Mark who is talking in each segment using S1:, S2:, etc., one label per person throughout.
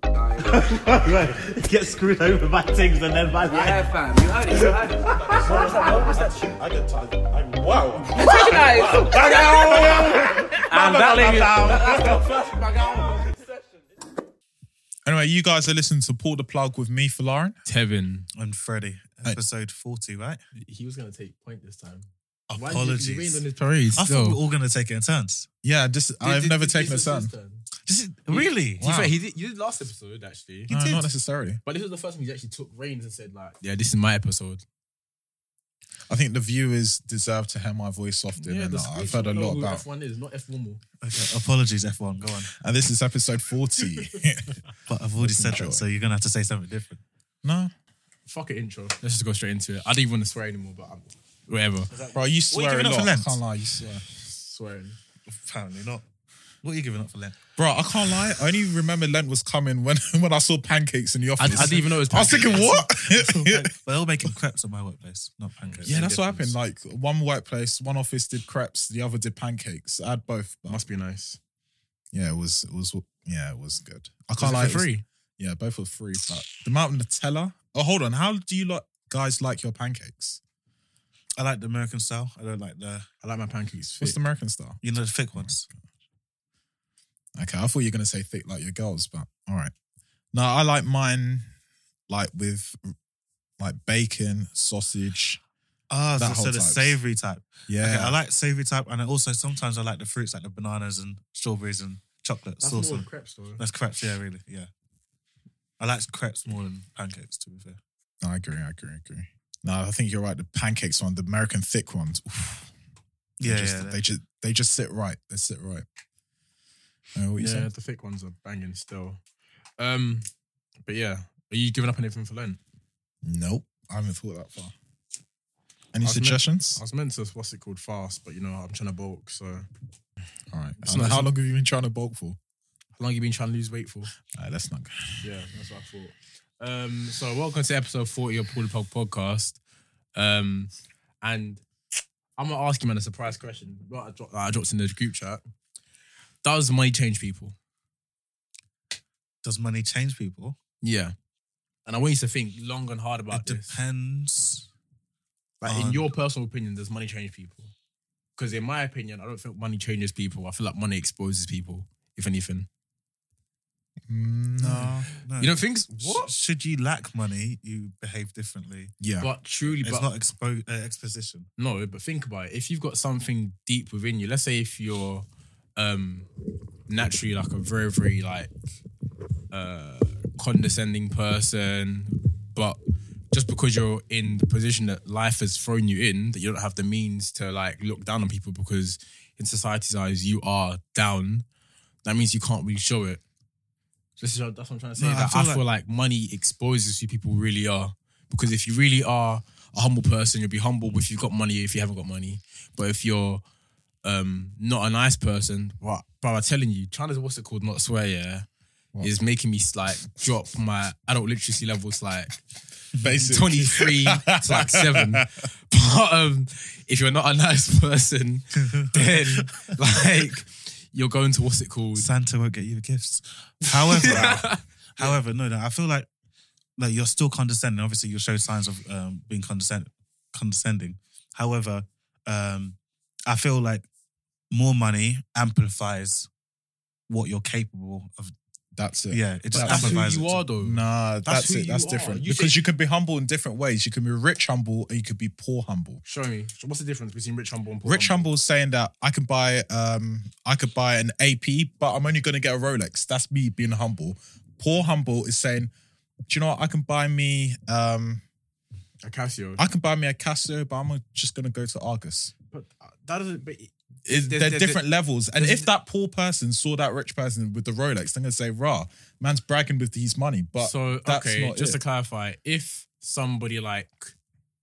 S1: Get screwed over by things and then by life.
S2: Yeah, fam. You heard it. You heard it.
S3: What was that? What was that shit? I get tired. I'm wow.
S2: Guys,
S1: And that
S4: Anyway, you guys are listening to Pull the Plug with me for Lauren.
S5: Tevin.
S6: And Freddie, episode 40, right?
S5: He was going to take point this time. Why did you-
S6: Apologies.
S5: You rained on his parade.
S6: I thought we were all going to take it in turns.
S4: Yeah, this I've never taken a son.
S6: This is, really?
S5: To be fair, he did, you did last episode actually,
S4: No,
S6: did.
S4: not necessarily.
S5: but this was the first time he actually took reins and said like, "Yeah, this is my episode."
S4: I think the viewers deserve to hear my voice often, and uh, I've heard a lot about.
S5: F one is not F normal.
S6: Okay, apologies, F1. Go on.
S4: And this is episode forty.
S6: But I've already said
S4: enjoy.
S6: that, so you're going to have to say something different.
S4: no,
S5: Fuck it, intro. Let's just go straight into it. I don't even want to swear anymore, but I'm, whatever.
S4: bro, you
S6: What are
S4: swear
S6: you
S4: a
S6: giving up for
S4: lot. I
S6: Lent?
S4: can't lie, you swear.
S5: Swearing.
S6: Apparently not. What are you giving up for Lent?
S4: Bro, I can't lie. I only remember Lent was coming when, when I saw pancakes in the
S5: I, I
S4: office.
S5: didn't even know it was.
S4: I was thinking, what?
S6: But they're all making crepes at my workplace, not pancakes.
S4: yeah, that's what happened. Like one workplace, one office did crepes, the other did pancakes. Uh, I had both. But
S5: Must be nice.
S4: yeah, it was it was yeah, it was good. I
S5: Was
S4: can't
S5: it
S4: lie.
S5: for
S4: it was-
S5: free?
S4: Yeah, both were free. But the mountain Nutella. Oh, hold on. How do you like guys like your pancakes?
S6: I like the American style. I don't like the,
S5: I like my pancakes.
S4: What's
S5: Thick.
S4: the American style?
S6: you know, the thick ones.
S4: Okay, I thought you were gonna say thick like your girls, but all right. No, I like mine like with like bacon, sausage.
S6: Ah, so,
S4: That
S6: so
S4: whole
S6: the
S4: types.
S6: savory type.
S4: Yeah,
S6: Okay, I like savory type, and I also sometimes I like the fruits like the bananas and strawberries and chocolate
S5: That's
S6: sauce.
S5: more
S6: and-
S5: crepes though.
S6: That's crepes, yeah, really, yeah. I like crepes more than pancakes, to be fair.
S4: I agree, I agree, I agree. No, I think you're right. The pancakes one, the American thick ones. oof, they
S6: Yeah,
S4: just,
S6: yeah,
S4: they
S6: they-
S4: just they just sit right. They sit right. Uh, what you
S5: Yeah,
S4: saying?
S5: the thick ones are banging still. Um, but yeah, are you giving up anything for Lent?
S4: Nope, I haven't thought that far. Any
S5: I was meant-
S4: suggestions?
S5: I was meant to what's it called fast, but you know I'm trying to bulk. So how
S4: All right.
S5: That's
S4: I know-
S5: not-
S4: how long have you been trying to bulk for?
S5: long you been trying to lose weight for?
S4: All right, that's not good.
S5: Yeah, that's what I thought. Um, so welcome to episode 40 of Paul the Pog podcast. Um, and I'm gonna ask you man a surprise question. Well, I dropped, I dropped in the group chat. Does money change people?
S6: Does money change people?
S5: Yeah. And I want you to think long and hard about
S6: it
S5: this.
S6: depends.
S5: Like in
S6: on-
S5: your personal opinion, does money change people? Because in my opinion, I don't think money changes people. I feel like money exposes people, if anything.
S4: Mm,
S6: No, no.
S5: You don't think?
S6: Sh-
S5: What?
S6: should you lack money, you behave differently.
S4: Yeah.
S5: But truly,
S6: It's
S5: but
S6: not expo- uh, exposition.
S5: No, but think about it. If you've got something deep within you, let's say if you're um naturally like a very, very like uh condescending person, but just because you're in the position that life has thrown you in, that you don't have the means to like look down on people because in society's eyes you are down, that means you can't really show it. This is what- that's what I'm trying to say.
S6: No, I
S5: that I feel,
S6: feel
S5: like money exposes who people really are. Because if you really are a humble person, you'll be humble if you've got money, if you haven't got money. But if you're um, not a nice person, right, bro, I'm telling you, China's what's it called? Not swear, yeah.
S4: What?
S5: Is making me like drop my adult literacy levels like
S4: Basic.
S5: 23 to like seven. But um, if you're not a nice person, then like you're going to what's it called?
S6: Santa won't get you gifts. However, however, no, no, I feel like like you're still condescending. Obviously, you show signs of um, being condescend- condescending. However, um, I feel like more money amplifies what you're capable of.
S4: That's it.
S6: Yeah, it just
S5: That's who
S6: amplifies.
S5: you
S6: it.
S5: are though.
S4: Nah, that's,
S5: who
S4: it. That's
S5: you are.
S4: different.
S5: You
S4: because
S5: say-
S4: you can be humble in different ways. You can be rich humble and you could be poor humble.
S5: Show me. What's the difference between rich humble and poor?
S4: Rich humble is saying that I can buy um I could buy an AP, but I'm only gonna get a Rolex. That's me being humble. Poor humble is saying, Do you know what? I can buy me um
S5: A Casio.
S4: I can buy me a Casio, but I'm just gonna go to Argus.
S5: but that doesn't. But
S4: Is
S5: There's-
S4: they're
S5: there's-
S4: different levels. And
S5: there's-
S4: if that poor person saw that rich person with the Rolex, they're gonna say, rah, man's bragging with his money. But
S5: so
S4: that's
S5: okay.
S4: not
S5: just
S4: it.
S5: to clarify, if somebody like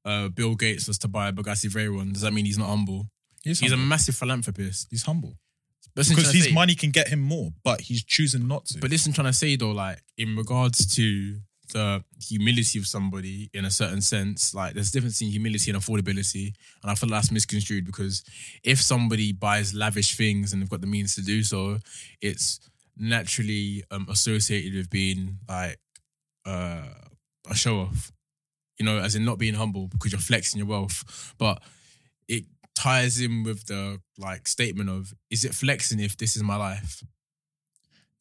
S5: uh, Bill Gates was to buy a Bugatti Veyron, does that mean he's not humble?
S4: he's,
S5: He's a
S4: humble.
S5: massive philanthropist.
S4: he's humble.
S5: That's what I'm
S4: Because
S5: trying to
S4: his
S5: say.
S4: money can get him more, but he's choosing not to.
S5: But listen, trying to say though, like in regards to the humility of somebody in a certain sense, like there's a difference in humility and affordability, and I feel that's misconstrued because if somebody buys lavish things and they've got the means to do so, it's naturally um, associated with being like uh, a show off, you know, as in not being humble because you're flexing your wealth. But it ties in with the like statement of, is it flexing if this is my life?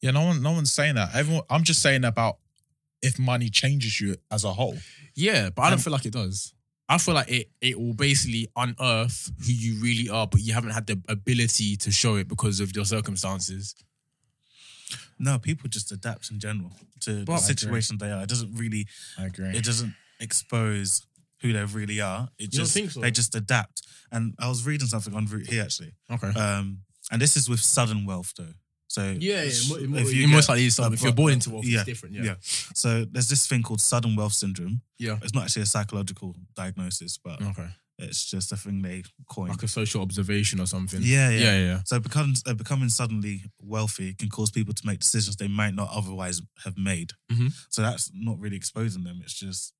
S4: Yeah, no one, no one's saying that. Everyone, I'm just saying about if money changes you as a whole.
S5: Yeah, but I don't
S4: Um,
S5: feel like it does. I feel like it it will basically unearth who you really are, but you haven't had the ability to show it because of your circumstances.
S6: No, people just adapt in general to
S5: Well, I
S6: the situation they are. It doesn't really,
S4: I agree.
S6: it doesn't expose who they really are. It
S5: don't
S6: just
S5: think so?
S6: they just adapt. And I was reading something on route here actually,
S5: Okay.
S6: um, and this is with sudden wealth though. So
S5: yeah, Um,
S6: it's-
S5: mo- mo-
S6: if
S5: you
S6: get-
S5: most likely is something. If you're born into wealth,
S6: Yeah,
S5: it's different.
S6: yeah. So there's this thing called sudden wealth syndrome.
S5: yeah,
S6: It's not actually a psychological diagnosis, but
S5: yeah. Okay.
S6: it's just a thing they coined.
S5: Mm. Like a social observation or something.
S6: Yeah, yeah.
S5: yeah, yeah. yeah.
S6: So becoming uh, becoming suddenly wealthy can cause people to make decisions they might not otherwise have made.
S5: Mhm.
S6: So that's not really exposing them. It's just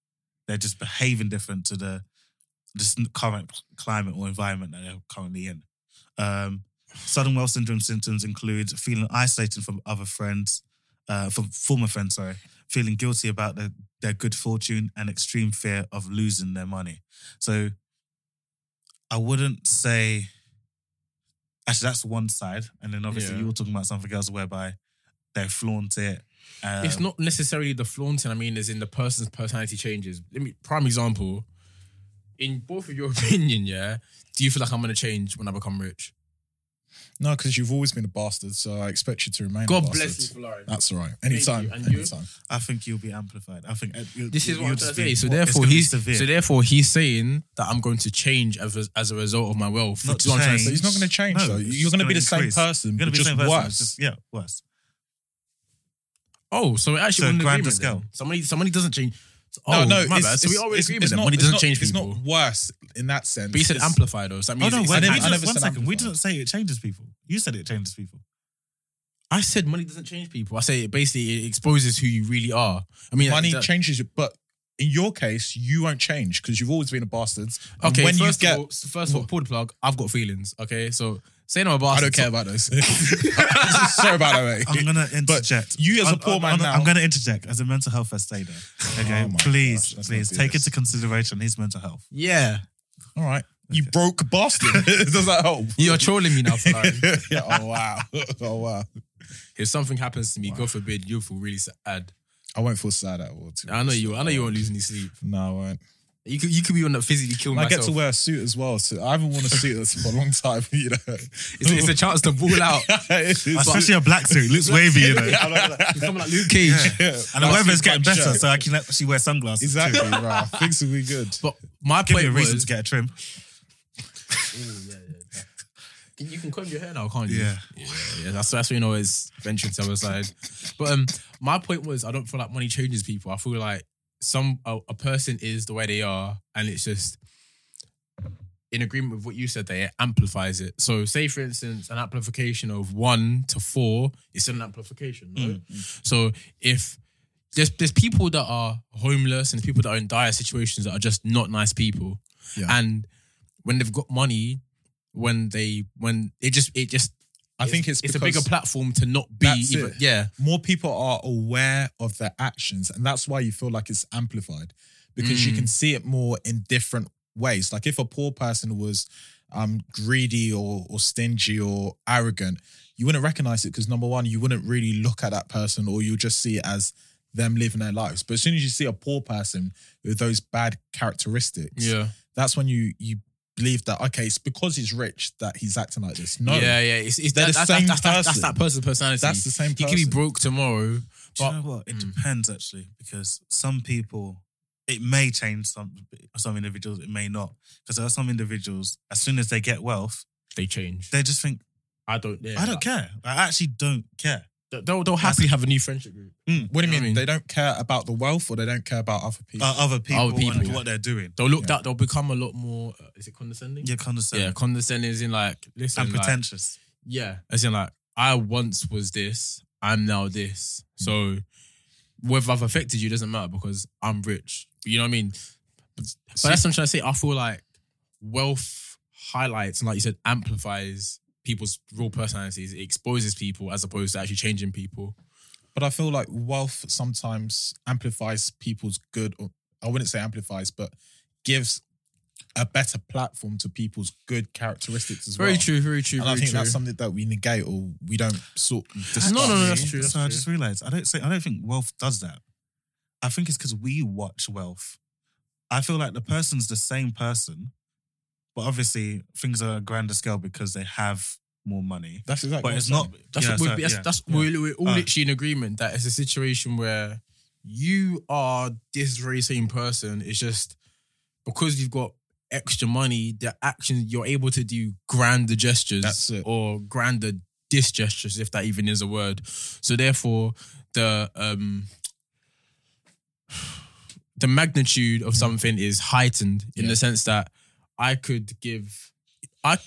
S6: they're just behaving different to the this n- current cl- climate or environment that they're currently in. Um, sudden wealth syndrome symptoms include feeling isolated from other friends, uh, from former friends, sorry, feeling guilty about their, their good fortune and extreme fear of losing their money. So I wouldn't say actually that's one side. And then obviously
S5: Yeah.
S6: you were talking about something else whereby they flaunt it. Um,
S5: it's not necessarily the flaunting. I mean, as in the person's personality changes. Let me prime example. In both of your opinion, yeah, do you feel like I'm gonna change when I become rich?
S4: No, because you've always been a bastard, so I expect you to remain. a
S5: God
S4: bastard.
S5: bless you, Florian.
S4: That's all right. Anytime,
S5: you. And you?
S4: anytime.
S6: I think you'll be amplified. I think uh, you-
S5: This is
S6: you-
S5: what
S6: you'll
S5: I'm
S6: just
S5: trying to
S6: be
S5: say. So
S6: more- it's
S5: therefore,
S6: gonna be
S5: he's
S6: severe.
S5: so therefore he's saying that I'm going to change as a, as a result of my wealth.
S6: Not
S5: Which is what I'm trying to
S4: But
S5: say.
S4: he's not going to change.
S6: No,
S4: though.
S6: it's
S4: You're going to
S6: gonna
S4: be the same
S6: increase.
S4: person,
S6: You're
S4: but
S6: gonna be the
S4: just
S6: same person,
S4: worse.
S6: it's just- yeah, worse.
S5: Oh, so we're
S6: So
S5: actually on
S6: grander
S5: agreement.
S6: scale.
S5: Then. Somebody somebody doesn't change.
S4: No,
S5: oh,
S4: no,
S5: my bad.
S4: it's-
S5: So
S4: it's-
S5: we already
S4: it's-
S5: agree
S4: it's
S5: with that
S4: not-
S5: when he
S4: it's
S5: doesn't
S4: not-
S5: change
S4: It's
S5: people.
S4: not worse in that sense.
S5: but he said
S4: It's-
S5: amplify though. So that
S6: Oh
S5: means
S6: no,
S5: it's-
S6: wait,
S4: didn't-
S6: we
S4: I never
S6: just, one
S4: said
S6: second. We
S4: amplified.
S6: didn't say it changes people. You said it changes people.
S5: I said money doesn't change people. I say it basically it exposes who you really are. I mean,
S4: money
S5: that-
S4: changes you, but in your case, you won't change because you've always been a bastard. And
S5: Okay,
S4: when you
S5: first
S4: get,
S5: of all, s- first of all, pull the plug. I've got feelings. Okay, so say no about.
S4: I don't care about those. Sorry about that, mate.
S6: I'm gonna interject.
S4: you as a
S6: I'm-
S4: poor
S6: I'm-
S4: man
S6: I'm,
S4: now-
S6: I'm gonna interject as a mental health crusader. Okay,
S4: Oh my
S6: please,
S4: gosh, let's not
S6: please
S4: do
S6: take
S4: this.
S6: into consideration his mental health.
S5: Yeah,
S4: All right. You broke bastard. Does that help?
S5: you're trolling me now, Florian.
S4: yeah, oh wow. Oh wow.
S5: if something happens to me, God forbid, you'll feel really sad.
S4: I won't feel sad at all. too.
S5: I know you. I know you won't lose any sleep.
S4: No, I won't.
S5: You could. You could be on that physically kill
S4: And I
S5: myself.
S4: get to wear a suit as well. So I haven't worn a suit for a long time, you know.
S5: It's, it's a chance to ball out.
S4: It is.
S6: Especially a black suit looks wavy, you know.
S5: Someone like Luke Cage.
S4: Yeah.
S6: And the
S4: Black
S6: weather's
S4: suit,
S6: getting
S4: black
S6: better,
S4: shirt.
S6: so I can actually wear sunglasses.
S4: Exactly,
S6: too.
S4: right. Things will be good.
S5: But my
S6: Give
S5: point
S6: me a
S5: was,
S6: reason to get a trim.
S5: Can- you can comb your hair now, can't you?
S6: Yeah.
S5: yeah, yeah. That's that's when you know it's venturing to the other side. But um, my point was, I don't feel like money changes people. I feel like some a, a person is the way they are, and it's just in agreement with what you said. There, it amplifies it. So, say for instance, an amplification of one to four is an amplification. No? So if there's there's people that are homeless and people that are in dire situations that are just not nice people,
S4: Yeah.
S5: and when they've got money, when they when it just it just
S4: I think it's
S5: it's a
S4: because-
S5: bigger platform to not be
S4: That's
S5: even,
S4: it.
S5: yeah
S4: more people are aware of their actions and that's why you feel like it's amplified because you
S5: Mm.
S4: can see it more in different ways like if a poor person was um greedy or or stingy or arrogant you wouldn't recognize it because number one you wouldn't really look at that person or you'll just see it as them living their lives but as soon as you see a poor person with those bad characteristics
S5: yeah
S4: that's when you you believe that okay it's because he's rich that he's acting like this no
S5: yeah yeah it's, it's
S4: They're
S5: that,
S4: the
S5: that's,
S4: same
S5: that's, that's, that's
S4: person.
S5: that person's personality
S4: that's the same
S5: he
S4: person
S5: could be broke tomorrow
S6: Do you
S5: But-
S6: know what? It
S5: Mm.
S6: depends actually, because some people, it may change some some individuals, it may not. Because there are some individuals, as soon as they get wealth,
S5: they change
S6: they just think,
S5: I don't yeah,
S6: I don't care. I actually don't care.
S5: care they'll, they'll happily have a new friendship group
S4: Mm. What
S5: You know what
S4: do you
S5: I
S4: mean?
S5: mean?
S4: They don't care about the wealth or they don't care about other people?
S6: Uh, other people,
S5: Other people,
S6: and
S5: yeah.
S6: what they're doing.
S5: they'll look
S4: Yeah.
S5: that they'll become a lot more uh, is it condescending
S6: You're condescending
S5: yeah condescending is in like listen
S6: and
S5: like,
S6: pretentious.
S5: Yeah. As in, like, I once was this, I'm now this. So whether I've affected you doesn't matter because I'm rich. You know what I mean? But, but that's what I'm trying to say. I feel like wealth highlights and, like you said, amplifies people's real personalities. It exposes people as opposed to actually changing people.
S4: But I feel like wealth sometimes amplifies people's good, or I wouldn't say amplifies, but gives a better platform to people's good characteristics as
S5: Very
S4: well.
S5: true, very true,
S4: And
S5: very
S4: I think
S5: true.
S4: that's something that we negate or we don't sort of discuss.
S5: no, no, that's true, that's
S6: so I
S5: true.
S6: just realized I don't say I don't think wealth does that. I think it's because we watch wealth. I feel like the person's the same person, but obviously things are grander scale because they have more money.
S4: That's exactly
S6: But
S4: what
S6: it's
S4: I'm
S6: not.
S4: saying.
S5: That's
S6: yeah,
S5: what we're,
S6: so-
S5: that's,
S6: yeah,
S5: that's
S6: yeah.
S5: we're, we're all
S6: Uh,
S5: literally in agreement that it's a situation where you are this very same person. It's just because you've got extra money, the actions you're able to do grander gestures
S4: That's it.
S5: or grander disgestures, if that even is a word. So therefore, the um the magnitude
S4: Mm.
S5: of something is heightened in the sense that I could give I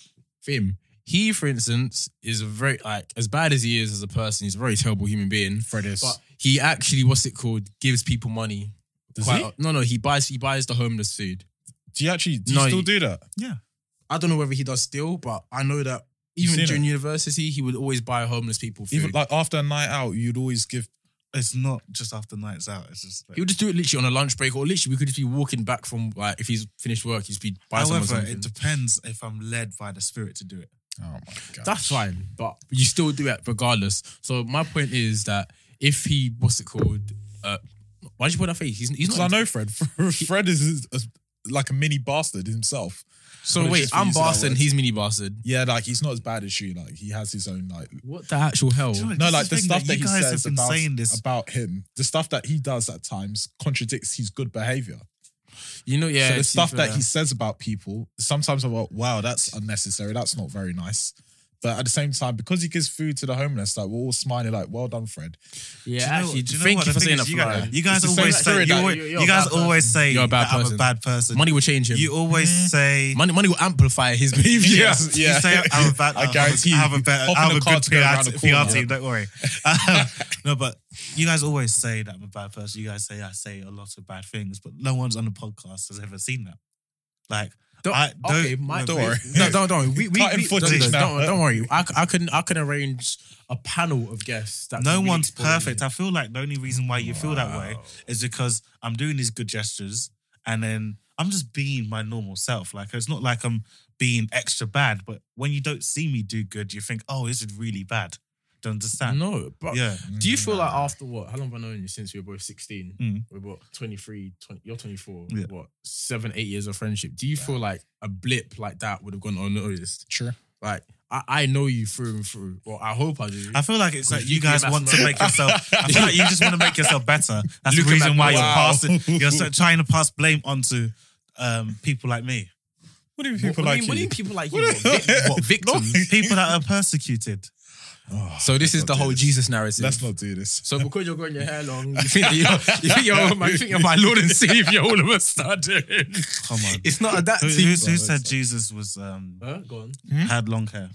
S5: for him. He, for instance, is a very like as bad as he is as a person, he's a very terrible human being.
S4: Fred is.
S5: But he actually, what's it called, gives people money.
S4: Does he?
S5: no, no, he buys he buys the homeless food.
S4: do you actually do you
S5: No,
S4: still
S5: you-
S4: do that?
S5: I don't know whether he does still, but I know that even
S4: seen
S5: during university, he would always buy homeless people food.
S4: Even like after a night out, you'd always give.
S6: It's not just after nights out. It's just. Like,
S5: he would just do it literally on a lunch break, or literally we could just be walking back from like if he's finished work, he'd just be buying someone
S6: however,
S5: something.
S6: it depends if I'm led by the spirit to do it.
S4: Oh my god,
S5: That's fine, but you still do it regardless. So my point is that if he, what's it called? Uh, why did you put that face? He's, he's
S4: Because
S5: not.
S4: I know Fred. Fred is a, like a mini bastard himself.
S5: So
S4: But it's
S5: wait,
S4: just for
S5: I'm
S4: using that
S5: bastard.
S4: word.
S5: He's mini bastard.
S4: Yeah, like he's not as bad as you. Like he has his own like
S5: What the actual hell?
S6: Do you know what,
S4: no,
S6: this
S4: like
S6: is
S4: the
S6: thing
S4: stuff that,
S6: you
S4: he
S6: guys have
S4: says
S6: been
S4: about
S6: saying this.
S4: about him, the stuff that he does at times contradicts his good behavior.
S5: You know, yeah.
S4: so the
S5: it's
S4: stuff
S5: even,
S4: that he says about people, sometimes I'm like, wow, that's unnecessary. That's not very nice. But at the same time, because he gives food to the homeless, like we're all smiling, like, well done, Fred.
S5: yeah.
S6: Do you know
S5: actually,
S6: what- do you know
S5: thank
S6: what?
S5: you
S6: The
S5: for
S6: thing
S5: saying
S6: is,
S5: that.
S6: you
S5: for
S6: guys,
S5: that.
S6: you guys
S4: the same
S6: always
S4: spirit
S6: say you,
S5: that
S6: always,
S5: you're-
S6: you
S5: you're a
S6: guys
S5: bad
S6: always
S5: person.
S6: say
S5: You're a bad
S6: that I'm
S5: person.
S6: a bad person.
S5: money will change him.
S6: You always say
S5: money, money will amplify his behavior.
S4: Yes,
S6: You
S4: yeah.
S6: say I'm a bad.
S4: I guarantee
S6: I have a
S4: you,
S6: better.
S4: hop
S6: I
S4: in
S6: have
S4: a
S6: a
S4: car
S6: good
S4: to go around
S6: PR,
S4: the corner.
S6: PR team. Don't worry. Um, no, but you guys always say that I'm a bad person. You guys say I say a lot of bad things, but no one's on the podcast has ever seen that. Like
S5: Don't,
S6: I don't.
S5: okay, my,
S6: don't
S5: we-
S6: worry.
S5: No, don't don't. We, we,
S4: Cutting
S5: we,
S4: footage
S5: don't,
S4: now.
S5: Don't, don't worry. I, c- I can I can arrange a panel of guests. That
S6: No
S5: can really
S6: one's
S5: explore
S6: perfect.
S5: you.
S6: I feel like the only reason why you feel that way
S5: Wow.
S6: is because I'm doing these good gestures and then I'm just being my normal self. Like it's not like I'm being extra bad, but when you don't see me do good, you think, oh, this is really bad. Do you understand?
S5: No, but
S6: Yeah.
S5: Do you feel like after what? How long have I known you since we were both 16?
S6: Mm.
S5: We're what, 23, 20, you're 24,
S6: Yeah.
S5: what, seven, eight years of friendship. Do you feel like a blip like that would have gone unnoticed?
S4: Sure.
S5: Like, I, I know you through and through. Well, I hope I do.
S6: I feel like it's like
S5: Because
S6: you,
S5: you
S6: guys
S5: came out
S6: want
S5: from
S6: to
S5: a-
S6: make yourself. I feel like you just want to make yourself better. That's the
S5: Luca
S6: reason why you're
S5: Mac-
S6: passing. You're so, trying to pass blame onto um, people like me,
S4: What do you
S5: what,
S4: people
S5: do
S4: like
S5: you mean- what do you
S4: you?
S5: mean people like you? What, vic- what victims?
S6: people that are persecuted.
S5: so this is the whole Jesus narrative.
S4: Let's not do this.
S5: so because you're growing your hair long, you think that you're, you think you're, my, you think you're my Lord and Savior all of a sudden.
S6: Come on,
S5: It's not that
S6: who, who-
S5: deep.
S6: who said Jesus was um,
S5: Huh? Go on.
S6: had long hair?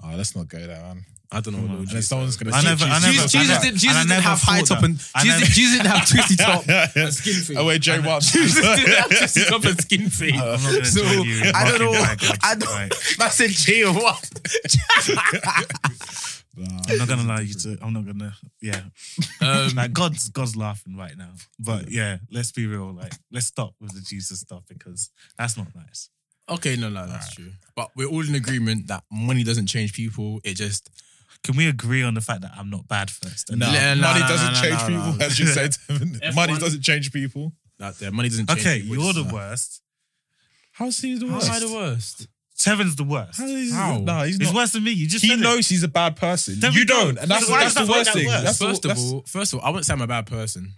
S4: Oh, let's not go there, man.
S5: I don't know what Lord
S4: And then
S5: Jesus
S4: someone's gonna
S6: I
S4: see
S6: never- I never-
S5: Jesus,
S4: Jesus.
S5: Jesus,
S6: never-
S5: did,
S6: and
S5: Jesus
S6: I
S5: didn't
S6: never
S5: have high
S6: thought
S5: top
S6: that.
S5: and
S6: I
S5: Jesus,
S6: never-
S5: Jesus didn't have twisty top and skin thing.
S4: Oh wait, J Watt.
S5: Jesus didn't have twisty top and skin thing.
S6: I'm not gonna
S5: so
S6: join you in
S5: I
S6: mocking
S5: don't know.
S6: my God.
S5: I don't.
S6: Oh, Right.
S5: I said chill. What?
S6: I'm not gonna allow you to. I'm not gonna. Yeah,
S5: Um,
S6: like God's God's laughing right now. But yeah, let's be real. Like, let's stop with the Jesus stuff because that's not nice.
S5: Okay, no, no, that's true. But we're all in agreement that money doesn't change people. It just
S6: Can we agree on the fact that I'm not bad first?
S4: No,
S5: Yeah, no,
S4: money
S5: no,
S4: doesn't
S5: no,
S4: change
S5: no,
S4: people,
S5: no.
S4: as you said. money
S5: F1.
S4: doesn't change people.
S5: that their money doesn't. change
S6: Okay,
S5: people.
S6: you're
S5: It's
S6: the
S5: just-
S6: worst.
S4: How's he the
S5: How
S4: worst?
S5: am I the worst?
S6: Tevin's the worst.
S4: How is
S5: How?
S4: No, he's
S6: He's
S4: not.
S6: worse than me. You just
S4: He
S6: said it.
S4: knows he's a bad person.
S6: There we
S4: you
S6: go.
S4: don't, and that's,
S6: Why
S4: that's
S6: does that
S4: the
S6: make
S4: worst
S6: that
S4: thing.
S6: worse?
S4: That's
S5: first
S4: all-
S5: of
S4: that's-
S5: all, first of all, I wouldn't say I'm a bad person.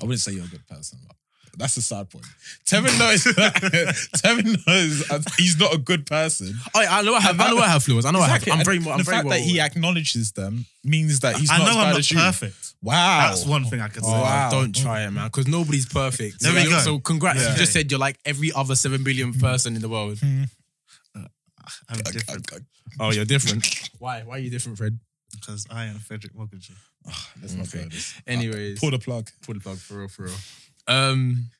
S4: I wouldn't say you're a good person. But that's the sad point. Tevin knows. Tevin knows uh, he's not a good person.
S5: Oh, yeah, I know I have. I know I have flaws. I know
S4: Exactly.
S5: I have. I'm
S4: And
S5: very. I'm
S4: the
S5: very
S4: fact
S5: well
S4: that he acknowledges them means that he's
S6: I
S4: not
S6: know
S4: as bad
S6: I'm not
S4: as you.
S6: perfect.
S4: Wow,
S6: That's one thing I could say.
S5: Oh,
S4: Wow.
S5: Don't try it, man, because nobody's perfect.
S6: There we
S5: So-
S6: go.
S5: So congrats.
S6: Yeah.
S5: You just said you're like every other 7 billion person in the world.
S6: I'm
S4: I- I-
S6: different
S4: I-
S5: Oh, you're different. Why? Why are you different, Fred?
S6: because I am Frederick Morganji.
S4: Let's not go this.
S5: Anyways,
S4: Pull the plug.
S5: pull the plug for real, for real. Um,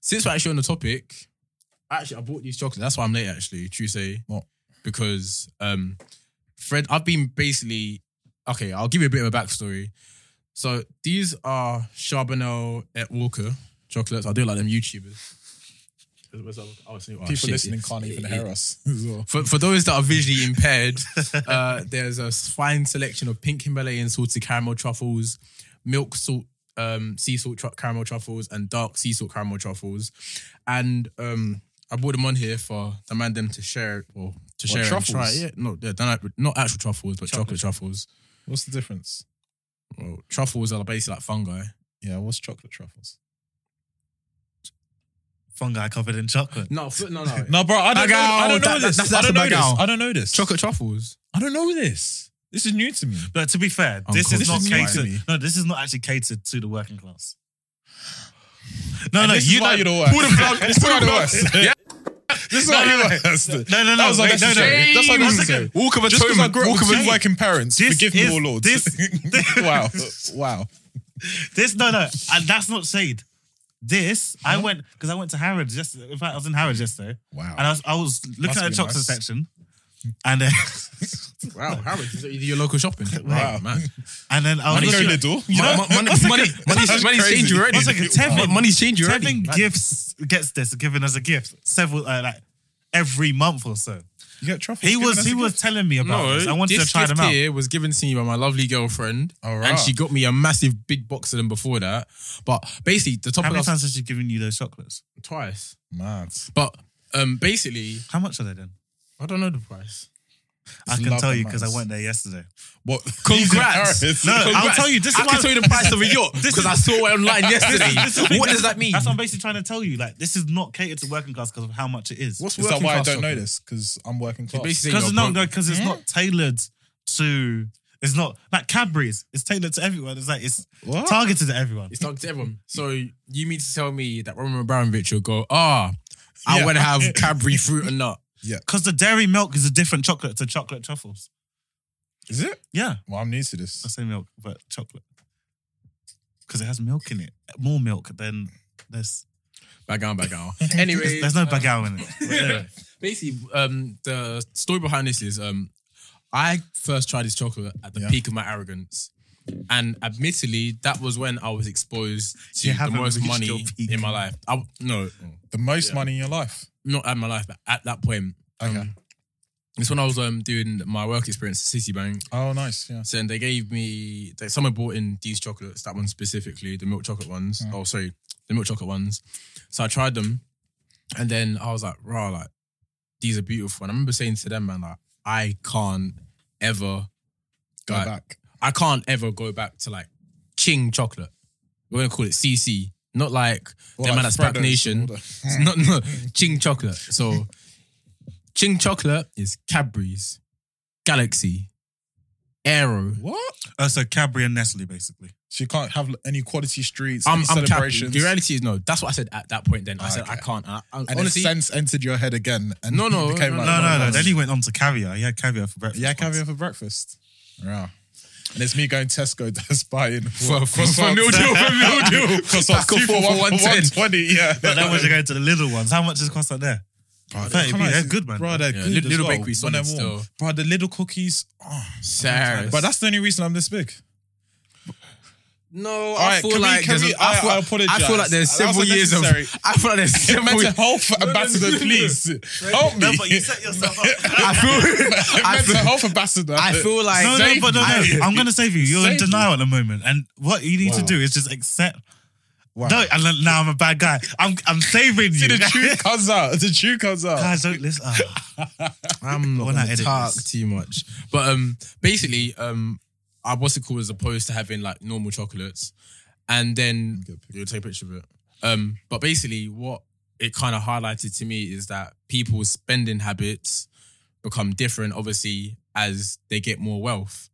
S5: since we're actually on the topic, actually, I bought these chocolates. That's why I'm late, actually, Tuesday.
S4: What?
S5: because um, Fred, I've been basically okay. I'll give you a bit of a backstory. So these are Charbonnel at Walker chocolates. I do like them YouTubers. Where's that? Oh, it's- oh,
S4: People
S5: shit,
S4: listening
S5: yeah.
S4: can't even
S5: Yeah,
S4: hear
S5: yeah.
S4: us as well.
S5: For, for those that are visually impaired, uh, there's a fine selection of pink Himalayan salted caramel truffles, milk salt, um, sea salt tru- caramel truffles, and dark sea salt caramel truffles. And um, I brought them on here for the man them to share or to share
S4: truffles?
S5: and try. Yeah, no, they're not, not actual truffles, but chocolate, truffles.
S4: What's the difference?
S5: Well, truffles are basically like fungi.
S4: Yeah, what's chocolate truffles?
S6: Fungi covered in chocolate.
S5: No, f- no, no.
S4: No, bro, I don't know, I don't
S5: Bagel,
S4: know
S5: that-
S4: this.
S5: that's-
S4: I
S5: that's
S4: don't
S5: a
S4: know this.
S5: bagel.
S4: I don't know this.
S5: Chocolate truffles.
S4: I don't know this. This is new to me.
S6: But to be fair,
S5: I'm
S6: this
S5: cool.
S6: is
S5: This
S6: not
S5: is new to
S4: me.
S6: catered. No, this is not actually catered to the working class. No,
S4: And
S6: no,
S4: this is
S6: you
S4: why
S6: know,
S4: you're the worst. This is why you're the worst.
S5: Yeah.
S4: This is
S6: no,
S4: why you're
S6: no.
S4: the worst.
S6: No, no, no,
S4: That was
S6: wait, no, no.
S4: unnecessary. That's
S6: One
S4: unnecessary.
S6: second.
S5: Walk of
S4: Just because I grew up
S5: Walk
S4: with
S5: of
S4: two working parents,
S6: This
S4: forgive
S6: is-
S4: me, all lords.
S6: this-
S4: wow, wow.
S6: This no no, and that's not shade. This I went because I went to Harrods yesterday. In fact, I was in Harrods yesterday,
S4: Wow.
S6: and I was I was looking
S4: Must
S6: at
S4: be
S6: the chocolate
S4: nice.
S6: section, and then
S5: Wow, Harry, is it your local shopping?
S4: Wow.
S5: Wow, man.
S6: and then I was
S4: Money go
S6: looking at-
S4: Lidl.
S6: You know,
S5: Mon- mon-
S6: one second,
S5: money, money,
S4: That's
S5: money's
S4: crazy.
S5: changed already.
S6: One second, Tevin-
S5: money's changed already.
S6: Tevin
S5: Like,
S6: gifts gets this given as a gift several uh, like every month or so.
S4: you get truffles.
S6: He
S4: given
S6: was
S4: as
S6: he
S4: a
S6: was
S4: gift?
S6: telling me about
S5: no,
S6: this. I wanted
S5: this
S6: to try
S5: gift
S6: them out.
S5: here was given to me by my lovely girlfriend,
S4: Alright.
S5: and she got me a massive big box of them before that. But basically, the
S6: How
S5: topic
S6: many
S5: was
S6: times has she given you those chocolates?
S5: twice.
S4: mad.
S5: But um, basically,
S6: How much are they then?
S5: I don't know the price.
S6: I
S4: It's
S6: can
S4: love
S6: tell
S4: and
S6: you because I
S4: mass.
S6: went there yesterday.
S4: What?
S5: Congrats.
S4: These
S6: No,
S4: are
S6: I'll
S4: errors.
S5: Congrats.
S6: tell you, this is
S5: I
S6: why-
S5: can tell you the price of a yacht
S6: This
S5: because
S6: is-
S5: I saw it online yesterday.
S6: This is the thing,
S5: what does
S6: that's-
S5: that mean?
S6: That's what I'm basically trying to tell you. Like, this is not catered to working class because of how much it is.
S4: Is that
S5: working
S4: why I
S5: class
S4: don't know
S5: shopping?
S4: this? Because I'm working class.
S5: basically-
S6: Because
S5: your
S6: no,
S5: pro-
S6: no, because it's not tailored to. It's not like Cadbury's. It's tailored to everyone. It's like it's
S4: What?
S6: targeted to everyone.
S5: It's not to everyone. So you mean to tell me that Roman Abramovich will go, ah, I
S4: Yeah.
S5: would have Cadbury fruit and nut.
S6: Because the dairy milk is a different chocolate to chocolate truffles.
S4: Is it?
S6: Yeah,
S4: Well, I'm new to
S6: I
S4: this.
S6: say milk, but chocolate because it has milk in it. More milk than there's.
S5: Back on, back on. Anyway,
S6: there's no
S5: um,
S6: bagel in it. But anyway.
S5: basically, um, the story behind this is um, I first tried this chocolate at the
S4: Yeah.
S5: peak of my arrogance. And admittedly, that was when I was exposed to
S6: You
S5: the
S6: haven't
S5: most
S6: reached
S5: money
S6: your peak.
S5: in my life. I, no,
S4: The most money in your life.
S5: not at my life, but at that point. Um,
S4: Okay.
S5: it's when I was um, doing my work experience at Citibank.
S4: Oh, nice. Yeah.
S5: So and they gave me they, someone bought in these chocolates, that one specifically, the milk chocolate ones.
S4: Mm.
S5: Oh, sorry, the milk chocolate ones. So I tried them, and then I was like, "Raw, like these are beautiful." And I remember saying to them, "Man, like I can't ever
S4: Go
S5: like,
S4: back.
S5: I can't ever go back to like Ching chocolate. We're gonna call it CC, not like
S4: Or
S5: the
S4: like
S5: man at Spac
S4: Freddos
S5: Nation.
S4: and all that.
S5: It's not no Ching chocolate. So Ching chocolate is Cadbury's, Galaxy, Aero.
S4: What?
S6: Uh, so Cadbury and Nestle, basically.
S4: So you can't have any quality streets,
S5: I'm, I'm
S4: any celebrations.
S5: celebrations. The reality is no. That's what I said at that point. Then I
S4: Ah,
S5: said
S4: okay.
S5: I can't. I, I,
S4: and
S5: honestly,
S4: honestly, sense entered your head again. And
S5: No, no,
S4: became
S5: no,
S4: like,
S6: No, no, no.
S5: no.
S6: Then he went on to caviar. He had caviar for breakfast.
S4: Yeah,
S6: once.
S4: caviar for breakfast. Yeah. And it's me going Tesco just buying
S5: for, for, for
S4: no
S5: mildew, for mildew,
S4: Back
S5: back and forth for one ten.
S4: 120, yeah.
S6: But then when you go to the little ones, how much does it cost out there?
S4: Bro,
S6: 30p,
S4: come on,
S6: they're
S4: it's-
S6: good, man.
S4: Bro, they're
S5: Yeah,
S4: good
S5: little-
S4: as
S5: little
S4: well,
S5: bakery
S4: when they're
S5: solid
S4: warm.
S5: still.
S4: Bro, the little cookies. Oh,
S5: Serious.
S4: but that's the only reason I'm this big.
S5: no.
S4: right,
S5: I
S4: can we-
S5: feel like
S4: can
S5: there's.
S4: we-
S5: a- I
S4: I-
S5: feel-
S4: I apologize.
S5: I feel like there's
S4: That
S5: several
S4: was
S5: years of. I
S4: unnecessary.
S5: feel like there's several.
S4: Mental health
S5: no,
S4: ambassador,
S5: no, no.
S4: please help me.
S6: No, but you set yourself up.
S5: I feel. I
S4: Mental
S5: feel.
S4: health ambassador.
S5: I feel like
S6: No, no,
S4: Save
S6: but no,
S4: me.
S6: no. I'm gonna save you. You're in
S4: Save me.
S6: denial at the moment, and what you need to do is just accept.
S4: Wow.
S6: No, and then now I'm a bad guy. I'm I'm saving
S4: See,
S6: you.
S4: the truth comes out. The truth comes out.
S6: Guys, don't listen. Ah.
S5: I'm not
S6: When I
S5: gonna
S6: edit
S5: talk
S6: this.
S5: too much. But um, basically, um, I what's it called as opposed to having like normal chocolates, and then you'll take a picture of it. Um, but basically, what it kind of highlighted to me is that people's spending habits become different, obviously, as they get more wealth.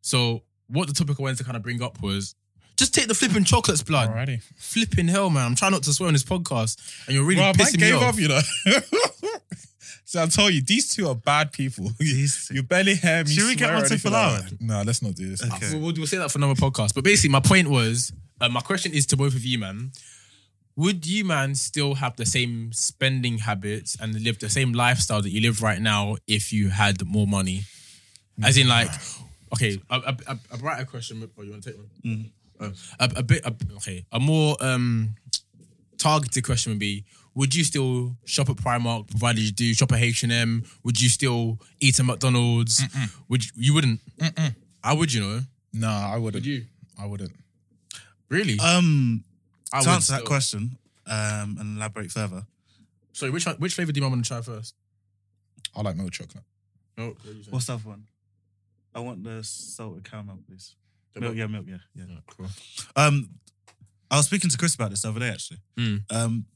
S5: So, what the topic I wanted to kind of bring up was just take the flipping chocolates, blood.
S4: Alrighty.
S5: Flipping hell, man! I'm trying not to swear on this podcast, and you're really
S4: Bro,
S5: pissing
S4: Mike
S5: me
S4: gave
S5: off.
S4: up, you know. so I tell you, these two are bad people.
S6: These two.
S4: you barely hear me.
S6: Should we get
S4: swear or
S6: onto
S4: anything
S6: Flower?
S4: like that. No, let's not do this.
S6: Okay.
S5: We'll, we'll, we'll say that for another podcast. But basically, my point was, uh, my question is to both of you, man. would you man still have the same spending habits and live the same lifestyle that you live right now if you had more money? As in, like, okay, a, a, a, a brighter question. Oh, you want to take one? Uh, a, a bit, a, okay, a more um, targeted question would be: Would you still shop at Primark, provided you do shop at H and M? Would you still eat at McDonald's? Would you, you wouldn't? I would, you know.
S4: No, I wouldn't.
S5: Would you?
S4: I wouldn't.
S5: Really?
S6: Um,
S5: I
S6: to
S5: would
S6: answer that
S5: still.
S6: question um, and elaborate further,
S5: Sorry, which one, which flavor do you want to try first?
S4: I like milk chocolate.
S5: Oh, what you saying?
S6: what's that one? I want the salted caramel, please. Milk, yeah, milk, yeah, yeah.
S5: Yeah, cool.
S6: Um, I was speaking to Chris about this the other day, actually.
S5: Mm.
S6: Um,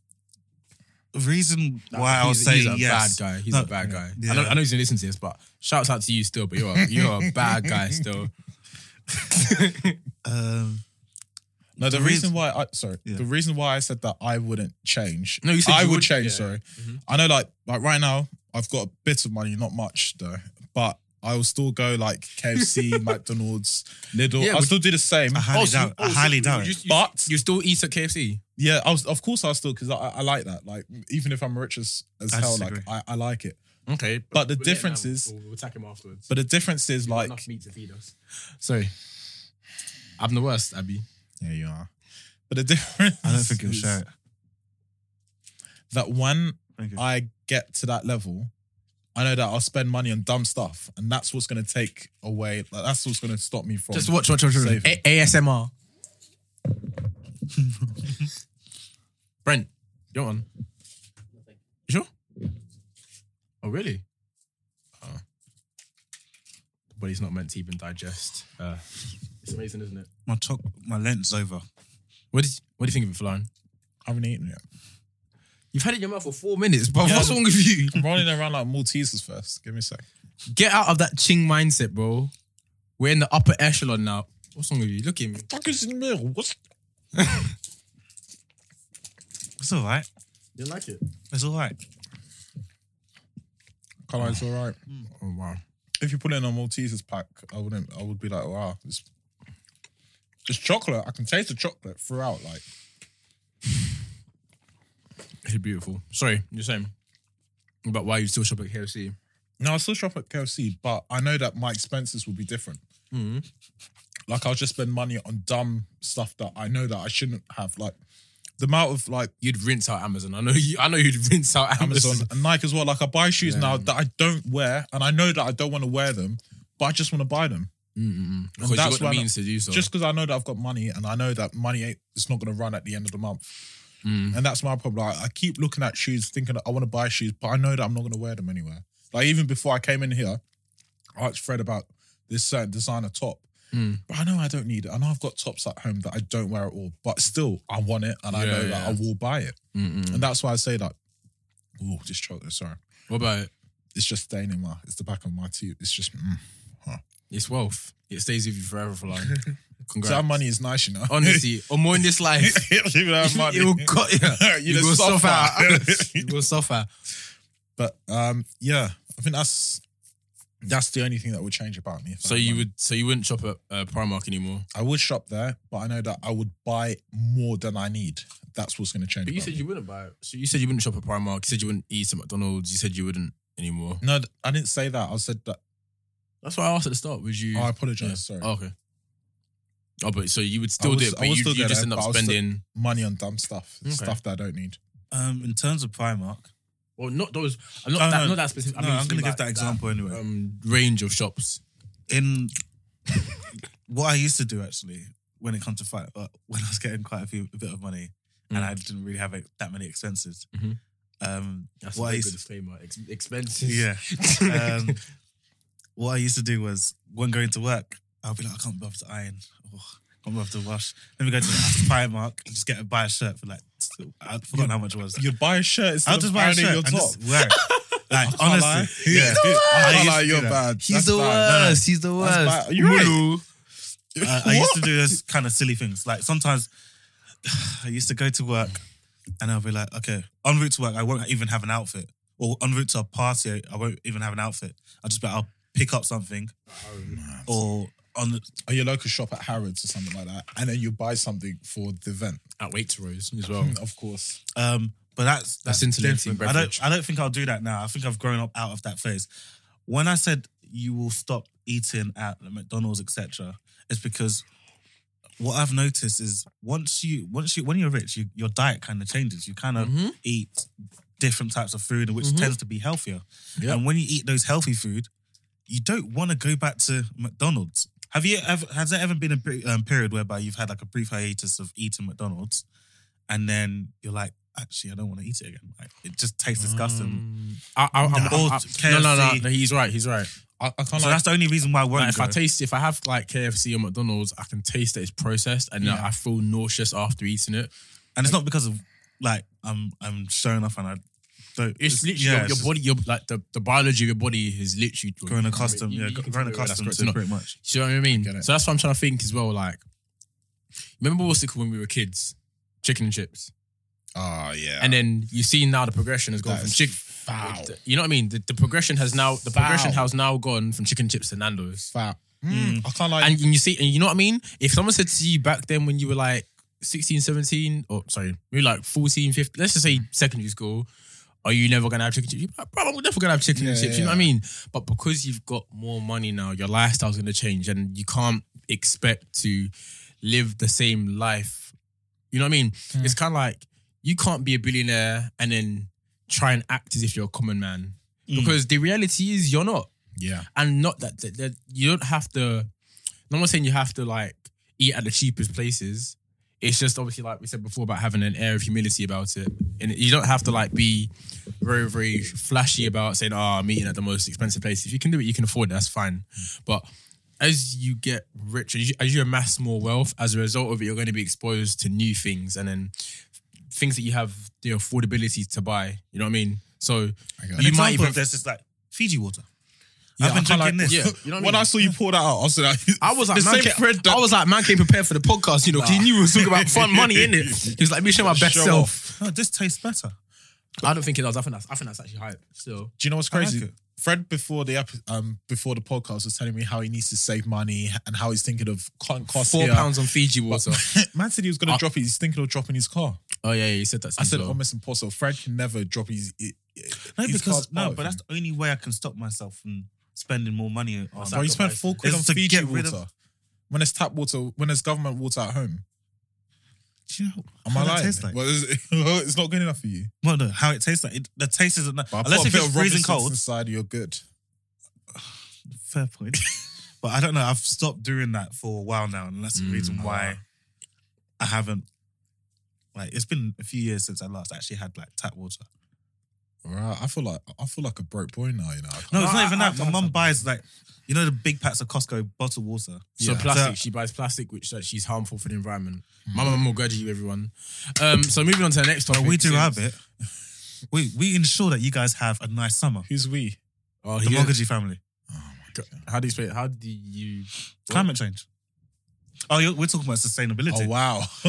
S6: the reason why I was
S5: he's,
S6: saying
S5: he's a
S6: yes,
S5: bad guy. He's
S6: No,
S5: a bad guy.
S6: yeah.
S5: I, know, I know he's gonna listen to this, but shouts out to you still. But you're a, you're a bad guy still.
S6: Um,
S4: No, the,
S6: The
S4: reason
S6: reas-
S4: why I sorry,
S6: Yeah.
S4: the reason why I said that I wouldn't change.
S5: No, you said
S4: I
S5: you
S4: would,
S5: would-
S4: change.
S5: yeah.
S4: Sorry,
S6: Mm-hmm.
S5: Mhm.
S4: I know, like like right now, I've got a bit of money, not much though, but I will still go like KFC, McDonald's, Lidl.
S5: Yeah,
S4: I'll
S5: but-
S4: still do the same.
S6: I highly
S5: Oh, so you-
S6: doubt.
S5: oh,
S6: I
S5: so
S6: highly
S5: you-
S6: doubt.
S5: you-
S6: it.
S5: you-
S4: But-
S5: you still eat at KFC.
S4: Yeah, I was, of course I'll still because I, I like that. Like even if I'm rich as, as
S6: I
S4: hell,
S6: disagree.
S4: like I, I like it.
S5: Okay,
S4: But the
S5: we'll let him
S4: difference
S5: have-
S4: is-
S5: we'll, we'll attack him afterwards.
S4: But the difference is
S5: He's got
S4: like
S5: enough meat to feed us. Sorry, I'm the worst, Abby.
S4: yeah, you are. But the difference
S6: I don't think he'll
S4: is
S6: share it.
S4: that when
S6: Thank you.
S4: I get to that level, I know that I'll spend money on dumb stuff, and that's what's going to take away. Like, that's what's going to stop me from.
S5: Just watch, watch, watch, watch.
S4: Save him.
S5: A- ASMR. Brent, you're on. You sure? Oh, really? Oh. The body's not meant to even digest. Uh, it's amazing, isn't it?
S6: my choc- my lent's over.
S5: What did What do you think of it, Flan?
S4: I haven't eaten yet.
S5: You've had it in your mouth for four minutes, bro.
S4: Yeah.
S5: What's wrong with you?
S4: I'm rolling around like Maltesers first. Give me a sec.
S5: Get out of that ching mindset, bro. We're in the upper echelon now. What's wrong with you? Look at me.
S4: Fuck is in the middle. What's
S6: It's all right.
S5: You like it?
S6: It's all right.
S4: colour? It's all right.
S5: Oh wow.
S4: If you put it in a Maltesers pack, I wouldn't. I would be like, wow, it's it's chocolate. I can taste the chocolate throughout. Like,
S5: It's beautiful. Sorry, you're saying about why you still shop at KFC.
S4: no, I still shop at KFC, but I know that my expenses will be different.
S5: Mhm.
S4: Like, I'll just spend money on dumb stuff that I know that I shouldn't have. Like, the amount of like
S5: You'd rinse out Amazon. I know you. I know you'd rinse out Amazon.
S4: Amazon and Nike as well. Like I buy shoes now that I don't wear, and I know that I don't want to wear them, but I just want to buy them
S5: Mm-mm.
S4: And
S5: Because you
S4: that's
S5: got the
S4: why not-
S5: means to do so.
S4: just because I know that I've got money, and I know that money ain't, it's not going to run at the end of the month.
S5: Mm.
S4: And that's my problem. I, I keep looking at shoes, thinking that I want to buy shoes, but I know that I'm not going to wear them anywhere. Like even before I came in here, I asked Fred about this certain designer top.
S5: Mm.
S4: But I know I don't need it. I know I've got tops at home that I don't wear at all, but still I want it and I
S5: Yeah,
S4: know
S5: yeah. Mm.
S4: that I will buy it.
S5: Mm-mm.
S4: And that's why I say that, oh, just chocolate, sorry.
S5: What about it?
S4: it's just staying in my it's the back of my tooth. It's just mm.
S5: It's wealth. It stays with you forever for life. Congrats.
S4: so that money is nice, you know.
S5: Honestly, or more in this life.
S4: Leave that money.
S5: It'll cut you.
S4: You
S5: You,
S4: just
S5: will suffer.
S4: suffer.
S5: you will suffer.
S4: But um, yeah, I think that's that's the only thing that would change about me. if I
S5: So
S4: had
S5: you
S4: money.
S5: would. So you wouldn't shop at uh, Primark anymore.
S4: I would shop there, but I know that I would buy more than I need. That's what's going to change.
S5: But you
S4: about
S5: said
S4: me.
S5: you wouldn't buy it. So you said you wouldn't shop at Primark. You said you wouldn't eat at McDonald's. You said you wouldn't anymore.
S4: no, th- I didn't say that. I said that.
S5: That's what I asked at the start. Would you?
S4: Oh, I apologize. Sorry,
S5: Oh, okay. Oh, but so you would still
S4: would
S5: do
S4: s-
S5: it,
S4: I
S5: but you,
S4: would still
S5: you
S4: go
S5: just
S4: there,
S5: end up
S4: but I would still-
S5: spending.
S4: money on dumb stuff,
S5: Okay.
S4: stuff that I don't need.
S6: Um, in terms of Primark,
S5: Well, not those. I'm not
S6: Oh,
S5: that.
S6: no.
S5: Not that specific. I
S6: no,
S5: mean,
S6: I'm
S5: just
S6: gonna
S5: like
S6: give that example anyway.
S5: Um, range of shops.
S6: in what I used to do actually when it comes to fight, uh, when I was getting quite a few a bit of money and I didn't really have like, that many expenses.
S5: Mhm.
S6: Um,
S5: That's
S6: what I
S5: a
S6: used
S5: good disclaimer. Ex- expenses.
S6: yeah. Um, what I used to do was when going to work, I'll be like, I can't bother to iron. Oh, can't bother to wash. Let me go to the Primark and just get a buy a shirt for like I've forgotten how much it was.
S4: You'd buy a shirt instead
S6: I'll
S4: of
S6: just buy a
S4: ironing
S6: shirt
S4: your
S6: and
S4: top.
S6: just wear it. Like honestly, yeah. used
S4: I can't
S6: to
S4: lie,
S6: do
S4: you're
S6: that.
S4: bad.
S5: He's
S4: That's
S5: the
S4: bad.
S6: No, no.
S5: worst. He's the worst.
S4: bad. You're right.
S5: Woo.
S6: I, I used to
S4: What?
S6: do this kind of silly things. Like sometimes I used to go to work and I'll be like, okay, en route to work, I won't even have an outfit. Or en route to a party, I won't even have an outfit. I'll just be like, I'll pick up something or on the,
S4: or your local shop at Harrods or something like that, and then you buy something for the event.
S5: At Waitrose as well.
S4: Of course,
S6: Um, but that's
S5: That's
S6: that's,
S5: interlinking
S6: different. I
S5: beverage.
S6: don't I don't think I'll do that now. I think I've grown up out of that phase. When I said you will stop eating at McDonald's, etc., it's because what I've noticed is once you once you when you're rich, you, your diet kind of changes. You kind of
S5: Mhm.
S6: eat different types of food, which
S5: Mhm.
S6: tends to be healthier.
S5: Yep.
S6: And when you eat those healthy food, you don't want to go back to McDonald's. Have you ever? Has there ever been a pe- um, period whereby you've had like a brief hiatus of eating McDonald's, and then you're like, actually, I don't want to eat it again. Like, it just tastes disgusting.
S5: I, I, I'm,
S6: No. Or
S5: I'm, I'm, no, no, no,
S6: KFC.
S5: no. He's right. He's right.
S4: I, I can't.
S6: so
S4: like,
S6: that's the only reason why I won't.
S5: Mm. Like if
S6: go.
S5: I taste, if I have like KFC or McDonald's, I can taste that it's processed, and then I feel nauseous after eating it.
S6: and it's not because of like I'm I'm showing off and I don't.
S5: It's literally
S6: yeah,
S5: your,
S6: it's
S5: your
S6: just
S5: body, your like the, the biology of your body is literally
S6: Growing accustomed, yeah,
S5: can
S6: growing
S5: figure it out,
S6: accustomed
S5: that's
S6: to it
S5: correct.
S6: pretty much.
S5: Do you know what I mean?
S4: Get it.
S5: So that's what I'm trying to think as well. Like, remember what was it called when we were kids? Chicken and chips.
S6: Ah,
S4: oh yeah,
S5: And then you see now the progression has gone
S4: That
S5: from
S4: is
S5: chicken.
S4: foul.
S5: You know what I mean? The, the progression has now the progression
S4: Foul.
S5: has now gone from chicken chips to Nando's.
S4: fat. Mm, I can't like.
S5: And, and you see, and you know what I mean? If someone said to you back then when you were like 16, 17, or sorry, maybe like 14, 15, let's just say
S4: Mm.
S5: secondary school, are you never gonna have chicken chips? You're like, Bro, I'm definitely gonna have chicken and
S4: Yeah,
S5: chips. You know
S4: yeah.
S5: what I mean? But because you've got more money now, your lifestyle's gonna change, and you can't expect to live the same life. You know what I mean?
S4: Mm.
S5: It's kind of like you can't be a billionaire and then try and act as if you're a common man.
S4: Mm.
S5: Because the reality is you're not
S4: yeah,
S5: and not that, that, that you don't have to. I'm not saying you have to like eat at the cheapest places. It's just obviously like we said before about having an air of humility about it, and you don't have to like be very very flashy about saying, "Oh, I'm eating at the most expensive place." If you can do it, you can afford it. That's fine. But as you get richer, as you- as you amass more wealth, as a result of it, you're going to be exposed to new things, and then things that you have the affordability to buy. You know what I mean? So
S4: got
S6: An
S5: you might
S6: example
S5: even
S6: of this is like Fiji water.
S4: Yeah,
S6: I've been
S4: I can't
S6: drinking
S4: like-
S6: this.
S5: yeah. You know what I
S4: when
S5: mean?
S4: I saw you pour that out, I was like,
S5: I was like,
S4: the
S5: man,
S4: same
S5: can't-
S4: thread that-
S5: I was like, man came prepared for the podcast, you know, because he knew we was talking about fun money in it. He was like, me show my best
S4: Show
S5: self.
S6: No, this tastes better.
S5: I don't think it does. I think that's I think that's actually hype. Still,
S4: Do you know what's
S6: I like
S4: crazy?
S6: it.
S4: Fred before the ep- um before the podcast was telling me how he needs to save money and how he's thinking of can't cost
S5: four
S4: here.
S5: pounds on Fiji water.
S4: Man said he was going to
S6: Uh,
S5: I-
S4: drop it. He's thinking of dropping his car.
S5: oh yeah, yeah, you said um, that.
S4: I said
S5: well.
S4: almost impossible. Fred can never drop his. i- i-
S6: No,
S4: his car's
S6: because no,
S4: part of
S6: but
S4: him.
S6: that's the only way I can stop myself from spending more money on.
S4: Bro, you spent four
S5: eh?
S4: quid
S6: Is
S4: on
S6: to
S4: Fiji
S6: get rid of-
S4: water. When there's tap water, when there's government water at home,
S6: Do you know
S4: am
S6: how
S4: I
S6: that
S4: lying?
S6: tastes like?
S4: Well, it's, it's not good enough for you.
S6: Well, no, how it tastes like. It, the taste isn't that.
S4: But I put
S6: Unless
S4: a
S6: if
S4: bit
S6: it's
S4: of
S6: freezing
S4: Robinsons
S6: cold.
S4: inside, you're good.
S6: Fair point. but I don't know. I've stopped doing that for a while now, and
S5: Mm,
S6: that's the reason why I haven't. Like, it's been a few years since I last actually had like tap water.
S4: Right, I feel like I feel like a broke boy now. You know, I can't-
S6: No, it's
S5: I-
S6: not even
S5: I-
S6: that. My mum buys like, you know, the big packs of Costco bottled water.
S5: So
S4: Yeah.
S5: plastic,
S6: So-
S5: she buys plastic, which uh, she's harmful for the environment. My mum will grudge you, everyone. Um, so moving on to the next topic.
S6: But we do
S5: since-
S6: have it. We we ensure that you guys have a nice summer.
S4: who's we?
S5: Oh,
S6: The
S5: he is-
S6: Mogaji family.
S5: How do you explain? How do you?
S6: Climate change. Oh, you're, we're talking about sustainability.
S4: Oh wow!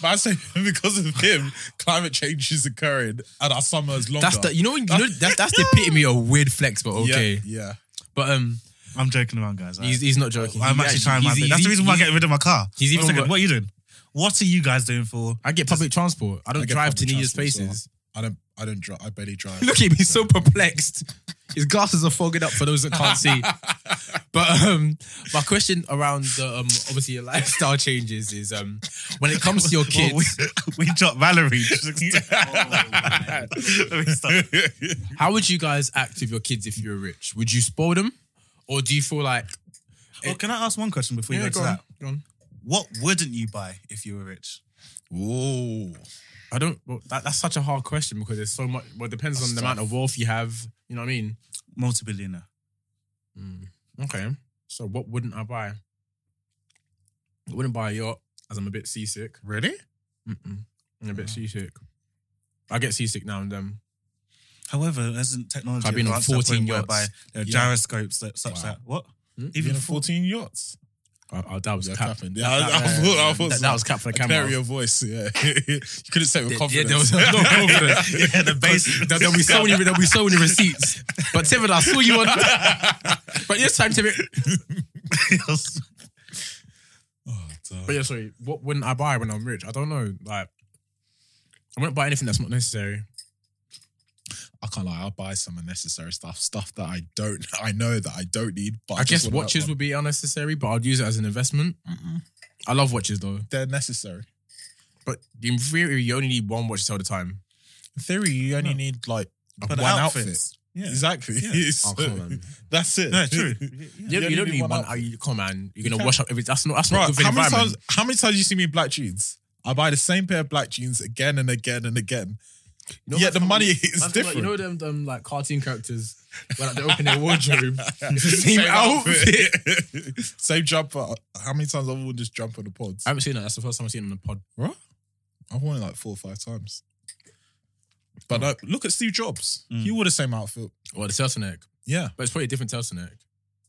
S4: but I say because of him, climate change is occurring, and our summer is longer.
S5: That's the you know when you know that's that's the epitome of weird flex, but
S4: Yeah,
S5: okay.
S4: yeah.
S5: But um,
S6: I'm joking around, guys.
S5: he's he's not joking.
S6: I'm
S5: He
S6: actually trying my
S5: he's-
S6: bit. That's the
S5: he's-
S6: reason why I'm
S5: he's-
S6: getting rid of my car.
S5: he's
S6: One
S5: even
S6: second,
S5: got-
S6: what are you doing? What are you guys doing for?
S5: I get public transport. I don't
S4: I get
S5: drive
S4: public
S5: to near
S4: transport as well.
S5: spaces.
S4: I don't. I don't drive. I barely drive.
S5: Look at me, so perplexed. His glasses are fogging up for those that can't see. But um, my question around the um, obviously your lifestyle changes is um, when it comes to your kids,
S6: Well, we, we dropped Valerie. Oh, Let me stop.
S5: how would you guys act with your kids if you were rich? Would you spoil them, or do you feel like
S6: Well, can I ask one question before you go, to that?
S5: Go on.
S6: What wouldn't you buy if you were rich?
S4: Whoa!
S5: I don't. Well, that, that's such a hard question because there's so much. Well, it depends on the amount of wealth you have. You know what I mean?
S6: Multi-billionaire.
S5: Okay. So what wouldn't I buy? I wouldn't buy a yacht as I'm a bit seasick.
S4: Really?
S5: Mm-mm. I'm a bit seasick. I get seasick now and then.
S6: However, hasn't technology
S5: I've been on
S6: advanced to the
S5: 14
S6: point whereby
S5: yachts.
S6: there are
S5: Yeah.
S6: gyroscopes that such
S4: Wow.
S6: that what
S5: Hmm?
S4: Even
S6: even four.
S4: fourteen yachts.
S5: I, I, that was
S4: Yeah,
S5: cap.
S4: capping. Yeah, I- I thought- I thought
S5: that,
S4: so.
S5: that was cap for the
S4: I
S5: camera.
S4: carry your voice. Yeah, you couldn't say it with
S5: Yeah,
S4: confidence.
S5: there was no confidence.
S6: Yeah, the base.
S5: There- There'll be so many. There'll be so many receipts. But Tevin, I saw you on. but this time, Tevin,
S6: Yes.
S5: But yeah, sorry. What wouldn't I buy when I'm rich? I don't know. Like, I wouldn't buy anything that's not necessary.
S4: I can't lie. I'll buy some unnecessary stuff, stuff that I don't, I know that I don't need. But
S5: I,
S4: I
S5: guess watches
S4: would.
S5: would be unnecessary, but I'd use it as an investment. I love watches though,
S4: They're necessary.
S5: but in theory, you only need one watch to tell the time.
S4: In theory, you only need like
S6: But
S4: one outfit.
S6: outfits. Yeah.
S4: Exactly.
S6: Yeah.
S4: So,
S5: Oh, come on, man.
S4: that's it.
S6: No, it's true.
S5: You,
S4: You
S5: you don't
S4: only
S5: need one.
S4: outfit.
S5: outfit. you come on, you're gonna
S4: can't.
S5: wash up everything. That's not. That's
S4: Bro,
S5: not good for the
S4: how many
S5: environment.
S4: times? How many times you see me in black jeans? I buy the same pair of black jeans again and again and again.
S5: You know,
S4: Yet
S5: man's
S4: the
S5: got-
S4: money
S5: man's
S4: is
S5: got, like,
S4: different.
S5: you know them, them like cartoon characters when like, they open their wardrobe, it's the same, outfit.
S4: same jumper. How many times I've worn this jumper on the pods?
S5: I haven't seen that. That's the first time I've seen it on the pod.
S4: Right? I've worn it like four or five times.
S5: Oh.
S4: But uh, look at Steve Jobs.
S6: Mm.
S4: He wore the same outfit.
S5: Well, the turtleneck,
S4: Yeah.
S5: but it's probably a different turtleneck.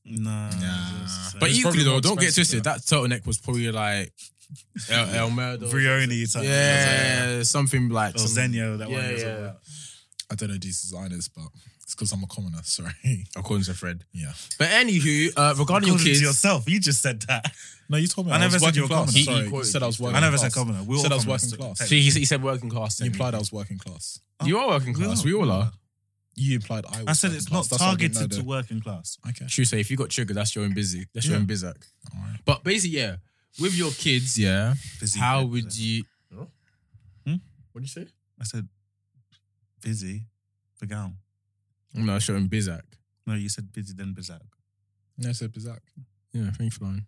S6: Nah.
S4: Nah.
S6: it's-
S5: But
S4: It's
S5: equally
S4: probably
S5: though,
S4: more
S5: don't get
S4: expensive,
S5: twisted. That turtleneck was probably like El, El Merdo.
S6: Brioni
S5: Yeah,
S6: type. Yeah.
S5: something like
S6: Or
S5: some-
S6: Zenio, that one.
S5: Yeah,
S6: as
S5: yeah.
S6: well.
S4: I don't know these designers, but it's because I'm a commoner. Sorry.
S5: According to Fred.
S4: yeah.
S5: But anywho, uh, regarding
S6: According
S5: your
S6: to
S5: kids,
S6: yourself, you just said that.
S4: No, you told me
S6: I
S4: I,
S6: never
S4: was
S6: said you
S4: working
S6: were commoner.
S4: class. Sorry,
S5: He- he
S4: you said I was
S5: quoted-
S4: working
S6: I never said
S4: class.
S6: commoner. We all
S4: said I was
S6: commoners, so-
S4: working class.
S5: see, he, he said working class.
S4: You implied
S5: technically.
S4: I was working class.
S5: you are working
S6: We
S5: class.
S6: are.
S5: We all are.
S4: You implied I was.
S6: I said
S4: working
S6: it's not
S4: class. That's why I didn't
S6: targeted
S4: know
S6: to
S4: the-
S6: working class.
S4: Okay.
S5: True say if you got triggered, that's your own busy. That's your
S4: Yeah.
S5: own bizac.
S4: All right.
S5: But basically, yeah, with your kids, yeah,
S6: Busy.
S5: how would you? Hmm? What'd you say?
S6: I said busy, begal.
S5: No, that's your own bizac.
S6: No, you said busy then bizak.
S4: No, so bizarre.
S5: Yeah, thank you for lying.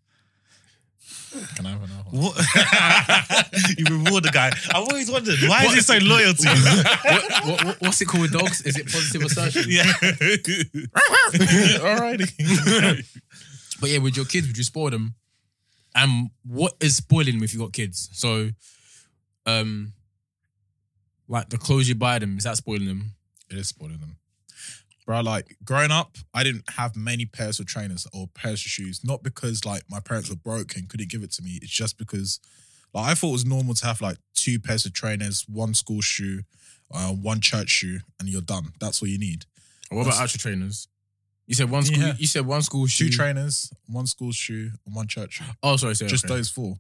S4: Can I have another one?
S6: What? you reward the guy. I've always wondered why is he so loyal to you?
S5: what, what, what- what's it called with dogs? Is it positive assertion?
S6: yeah.
S4: Alrighty.
S5: But yeah, with your kids, would you spoil them? And what is spoiling them if you got kids? So, um, like the clothes you buy them, is that spoiling them?
S4: It is spoiling them. Bro, like growing up, I didn't have many pairs of trainers or pairs of shoes. Not because like my parents were broke and couldn't give it to me. It's just because like I thought it was normal to have like two pairs of trainers, one school shoe, uh, one church shoe, and you're done. That's all you need.
S5: Or what about actual trainers? You said one school.
S4: Yeah.
S5: You said one school
S4: Two
S5: shoe.
S6: Mm.
S4: trainers, one school shoe, and one church shoe.
S5: oh, sorry, sorry.
S4: Just
S5: okay.
S4: those four.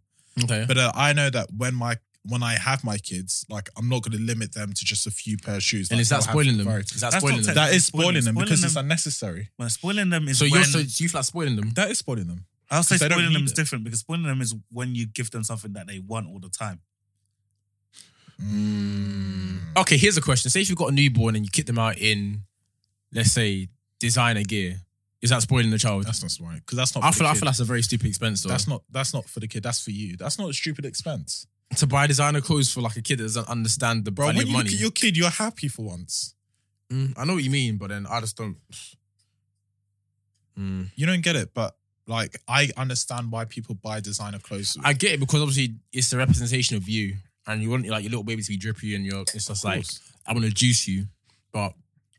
S5: Okay.
S4: But uh, I know that when my when I have my kids, like I'm not going to limit them to just a few pair of shoes.
S5: and
S4: Like,
S5: is that
S4: they'll have
S5: spoiling them?
S4: variety.
S5: Is that
S6: That's
S5: spoiling
S6: not
S5: them?
S4: That is
S6: Spoiling-
S4: spoiling, them
S6: spoiling
S4: because it's
S6: them-
S4: unnecessary.
S6: Well, spoiling them is
S5: so
S6: when
S5: you're so you flat spoiling them.
S4: That is spoiling them.
S6: I'll say
S4: 'cause they don't
S6: spoiling them
S4: need
S6: is
S4: it.
S6: different because spoiling them is when you give them something that they want all the time.
S5: Okay, here's a question. Say if you've got a newborn and you kick them out in, let's say, designer gear, is that spoiling the child?
S4: That's not spoiling because that's not.
S5: I
S4: for
S5: feel,
S4: the
S5: I
S4: kid.
S5: feel that's a very stupid expense though.
S4: that's not that's not for the kid. That's for you. That's not a stupid expense,
S5: to buy designer clothes for like a kid that doesn't understand the
S4: bro.
S5: value
S4: when
S5: of
S4: you
S5: money.
S4: look at your kid, you're happy for once.
S5: Mm, I know what you mean, but then I just don't. Mm.
S4: You don't get it, but like I understand why people buy designer clothes.
S5: I get it because obviously it's a representation of you, and you want like your little baby to be drippy, and you're it's just like
S4: course.
S5: I want to juice you, but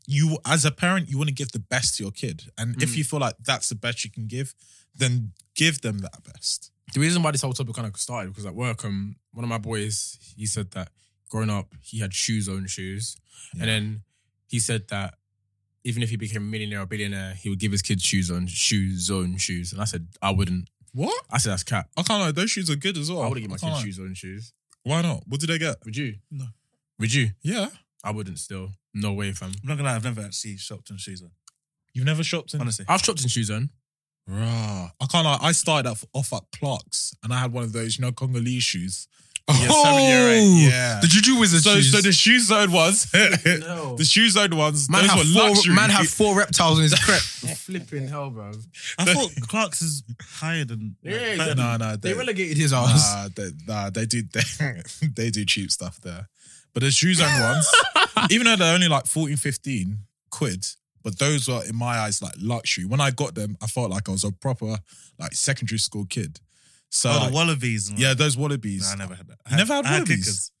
S4: you as a parent, you want to give the best to your kid, and if
S5: Mm.
S4: you feel like that's the best you can give, then give them that best.
S5: the reason why this whole topic kind of started because at work, um, one of my boys he said that growing up he had shoes on shoes,
S4: Yeah.
S5: and then he said that even if he became a millionaire or billionaire, he would give his kids shoes on shoes on shoes, and I said I wouldn't.
S4: What?
S5: I said that's cap.
S4: I can't lie. Those shoes are good as well.
S5: I wouldn't give my
S4: can't
S5: kids
S4: lie.
S5: shoes on shoes.
S4: Why not? What did they get?
S5: Would you?
S6: No.
S5: Would you?
S4: Yeah,
S5: I wouldn't. Still, no way, fam.
S6: I'm not gonna lie, I've never actually shopped in shoes. though,
S4: you've never shopped in.
S6: Honestly.
S5: I've shopped in shoes on.
S4: Rah. I can't lie. I started off, off at Clark's and I had one of those, you know, Congolese shoes.
S5: Yeah, seven, year
S4: eight, yeah.
S5: The Juju Wizard
S4: So,
S5: shoes.
S4: so the shoe zone ones,
S5: no.
S4: the shoe zone ones,
S5: man
S4: those
S5: have
S4: were
S5: four.
S4: luxury.
S5: Man have four reptiles in his crep. Flipping hell, bro.
S6: I thought Clark's is higher than like,
S5: Yeah,
S6: better
S5: yeah.
S6: than-
S4: no, no,
S5: They
S4: they,
S5: relegated his ass.
S4: nah, they, nah, they do, they, they do cheap stuff there. But the shoe zone ones, even though they're only like 14, 15 quid, but those were in my eyes like luxury. When I got them, I felt like I was a proper like secondary school kid. So,
S6: Oh,
S4: like,
S6: the wallabies. And
S4: yeah, those wallabies.
S6: No, I never had that. I
S4: You never had
S6: I had
S4: Wallabies?
S6: kickers.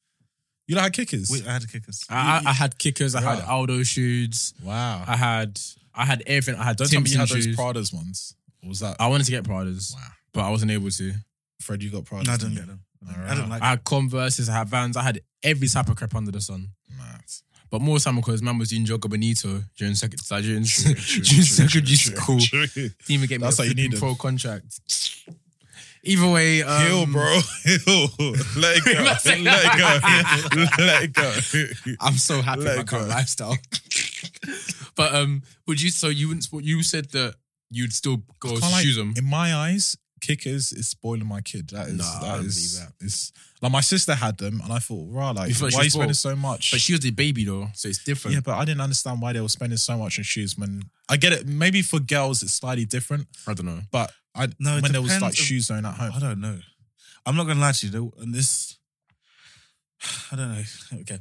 S4: You know how kickers?
S6: Wait, I had kickers.
S5: I, I, I had kickers. I had
S4: Bruh.
S5: Aldo shoes.
S4: wow.
S5: I had. I had everything. I had
S4: Uh, Don't
S5: Don't
S4: tell me you had
S5: shoes.
S4: those Pradas ones. Or was that
S5: I wanted to get Pradas,
S4: wow?
S5: but I wasn't able to.
S4: Fred, you got Pradas?
S6: no, I didn't get them. I didn't like.
S5: I had Converses. I had Vans. I had every type of crep under the sun.
S4: Mad.
S5: But more time because man was doing Jogo Bonito during second like, during, during
S4: true, true,
S5: secondary
S4: true,
S5: school.
S4: true.
S5: Didn't even get me
S4: That's
S5: a
S4: how you need
S5: flipping
S4: them.
S5: pro contract. Either way, um,
S4: Heal, bro. Heal. Let it go. Let it go. Let it go.
S5: I'm so happy
S4: Let
S5: about
S4: go.
S5: that lifestyle. but um, would you? So you wouldn't? support- You said that you'd still go
S4: Can't, like,
S5: choose them.
S4: In my eyes, kickers is spoiling my kid. That is.
S5: Nah, I
S4: that
S5: don't
S4: is.
S5: believe
S4: It's like my sister had them, and I thought, rah, like,
S5: You thought she
S4: why are you
S5: was spoiled?
S4: spending so much?
S5: But she was the baby though, so it's different.
S4: yeah, but I didn't understand why they were spending so much on shoes. When I get it, maybe for girls it's slightly different,
S5: I don't know.
S4: but I
S6: No, it
S4: when there was
S6: depends
S4: like
S6: on-
S4: shoe zone at home,
S6: I don't know. I'm not gonna lie to you. Though, and this, I don't know. Okay,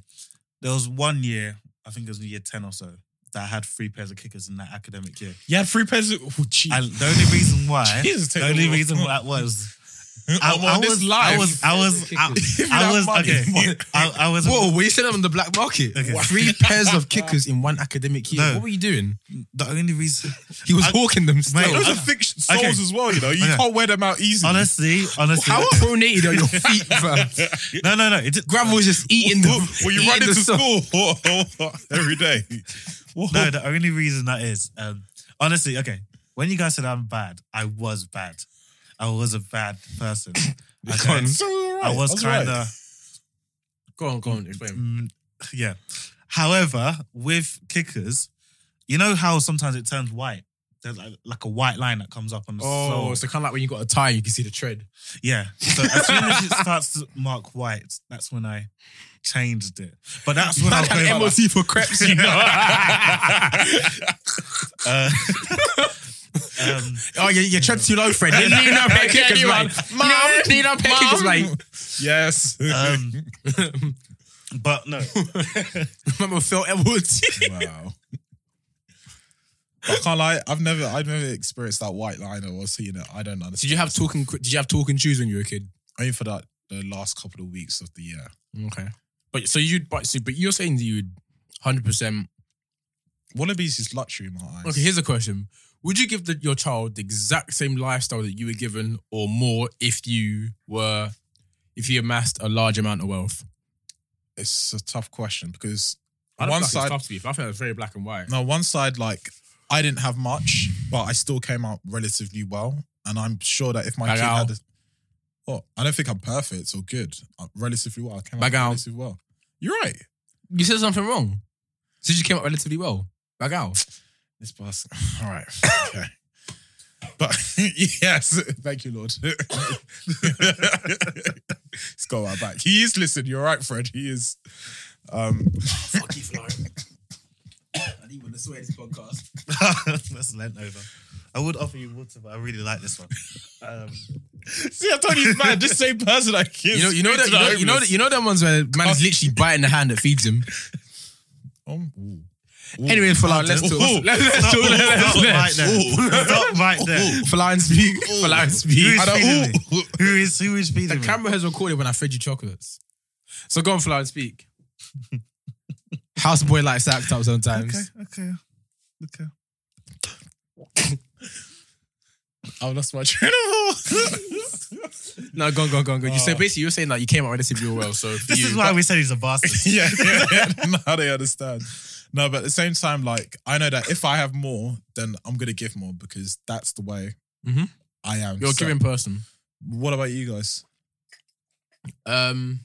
S6: there was one year. I think it was year ten or so that I had three pairs of kickers in that academic year.
S4: you had three pairs. Of, oh, jeez.
S6: And the only reason why,
S4: Jesus, take
S6: the only
S4: the wheel.
S6: reason why that was, I,
S4: I'm
S6: I
S4: on this
S6: was,
S4: live.
S6: I was, I was, I,
S4: If
S6: I
S4: that
S6: was,
S4: money-
S6: okay, I, I was.
S5: Whoa, were you selling them on the black market?
S6: Okay.
S5: Three pairs of kickers in one academic year.
S6: No.
S5: What were you doing?
S6: The only reason,
S5: He was
S6: I-
S5: hawking them still.
S6: Mate,
S4: Those
S6: I-
S4: are fiction soles
S6: okay.
S4: as well. You know, you
S6: Okay.
S4: can't wear them out easily.
S6: honestly, honestly,
S5: How pronated are your feet, fam?
S6: no, no, no. It did,
S5: Grandma was just eating the.
S4: Were you
S5: eating
S4: running
S5: the
S4: to
S5: stuff.
S4: school every day?
S6: No, the only reason that is, um, honestly, okay. When you guys said I'm bad, I was bad. I was a bad person. Okay? I was, kind of,
S5: Go on, go on, explain.
S6: Mm, yeah. However, with kickers, you know how sometimes it turns white. There's like, like a white line that comes up on the
S5: Oh,
S6: sole.
S5: so kind of like when you got a tie, you can see the tread.
S6: Yeah. So as soon as it starts to mark white, that's when I changed it. But that's when I was going
S5: MOT for crepes, you know.
S6: uh, um,
S5: Oh, your, your tread's too low, Fred. You need a pair of kickers, mate. Mom, you need a pair of kickers, mate.
S4: Yes.
S6: um, but no,
S5: Remember Phil Edwards?
S4: wow. I can't lie. I've never, I've never experienced that white line or seen it. I don't understand.
S5: did you have talking? Did you have talking shoes when you were a kid?
S4: only for that the last couple of weeks of the year?
S5: Okay, but so you'd but so, but you're saying that you'd hundred percent.
S4: Wallabies is luxury in my eyes.
S5: Okay, here's a question: Would you give the, your child the exact same lifestyle that you were given, or more, if you were, if you amassed a large amount of wealth?
S4: it's a tough question because
S5: I don't
S4: one
S5: think it's
S4: side,
S5: tough to be. I think it's very black and white.
S4: no, one side like I didn't have much, but I still came out relatively well, and I'm sure that if my
S5: Bag
S4: kid
S5: out.
S4: had, a, well, I don't think I'm perfect or good. I'm relatively well, I came
S5: Bag out.
S4: out relatively well. You're right.
S5: You said something wrong. Since you came up relatively well, back out.
S4: This bus. All right. Okay. But yes, thank you, Lord. Let's go right back. He is listening. You're right, Fred. He is. Um,
S5: Fuck you, Flo. I didn't want to swear this podcast.
S6: that's lent over. I would offer you water, but I really like this one. Um,
S4: see, I told you, he's mad. This same person that kids.
S5: You know, you know that, you know, you know that, you know them ones where man is literally biting the hand that feeds him.
S4: Um, ooh.
S5: Anyway, Falau, let's talk.
S4: Ooh.
S5: Let's let's talk. Let's
S6: stop right
S5: let's-
S6: there. Stop right there.
S5: Falau and speak. Falau
S6: Who
S5: and speak.
S6: is
S5: I don't-
S6: feeding
S5: ooh.
S6: me? Who is who is
S5: The
S6: feeding me?
S5: camera has recorded when I fed you chocolates. So go on, Falau and speak. Houseboy likes to act up sometimes.
S6: Okay, okay, okay.
S4: I've lost my train of thought.
S5: No, go on, go on, go on, go on. You said basically you're saying that you came out relatively well. So for
S6: This
S5: you,
S6: is why we said he's a bastard.
S4: yeah, yeah, yeah. Now they understand. No, but at the same time, like I know that if I have more, then I'm gonna give more because that's the way
S5: Mhm.
S4: I am.
S5: you're a
S4: So-
S5: giving person.
S4: What about you guys?
S5: Um,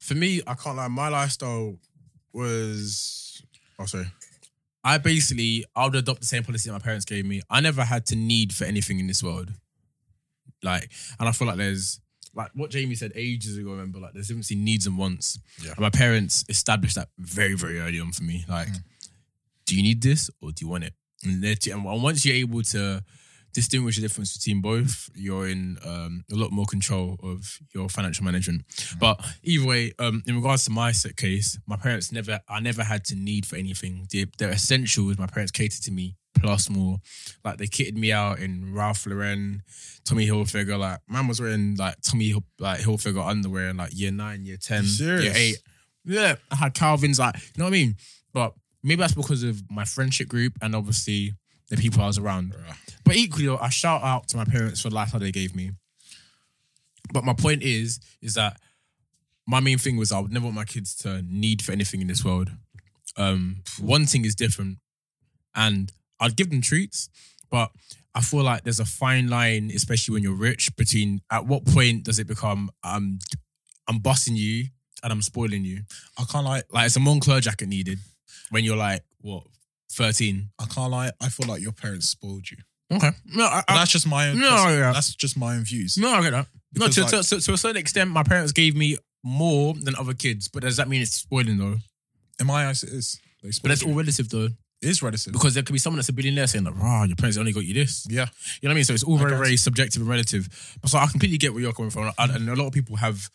S5: for me, I can't lie. My lifestyle was oh sorry. I basically I would adopt the same policy that my parents gave me. I never had to need for anything in this world. Like, and I feel like there's like what Jamie said ages ago. I remember like there's difference in needs and wants.
S4: Yeah.
S5: And my parents established that very very early on for me. Like, do you need this or do you want it? And, they're two- and once you're able to distinguish the difference between both, you're in um, a lot more control of your financial management. But either way, um, in regards to my set case, my parents never, I never had to need for anything. They, their essential was my parents catered to me plus more. Like they kitted me out in Ralph Lauren, Tommy Hilfiger. Like man was wearing like Tommy Hil- like Hilfiger underwear in like year nine, year ten, year
S4: serious?
S5: eight. Yeah, I had Calvin's. Like you know what I mean. But maybe that's because of my friendship group and obviously the people I was around. But equally, though, I shout out to my parents for the lifestyle they gave me. But my point is, is that my main thing was I would never want my kids to need for anything in this world. Um, wanting is different, and I'd give them treats, But I feel like there's a fine line, especially when you're rich, between at what point does it become um I'm busting you and I'm spoiling you.
S4: I can't like
S5: Like it's a Moncler jacket needed when you're like what 13.
S4: I can't lie. I feel like your parents spoiled you.
S5: Okay. No, I,
S4: But
S5: I,
S4: that's just my own.
S5: No,
S4: that's,
S5: yeah.
S4: that's just my own views.
S5: no, I get that. No,
S4: Because,
S5: to,
S4: like-
S5: to, to, to a certain extent, my parents gave me more than other kids, but does that mean it's spoiling though?
S4: In my eyes, it is. They
S5: But
S4: spoiled
S5: that's
S4: you.
S5: all relative though.
S4: it is relative.
S5: Because there could be someone that's a billionaire saying, like, rah, your parents only got you this.
S4: Yeah.
S5: You know what I mean? So it's all
S4: I
S5: very,
S4: guess.
S5: very subjective and relative. But so I completely get where you're coming from. And, and a lot of people have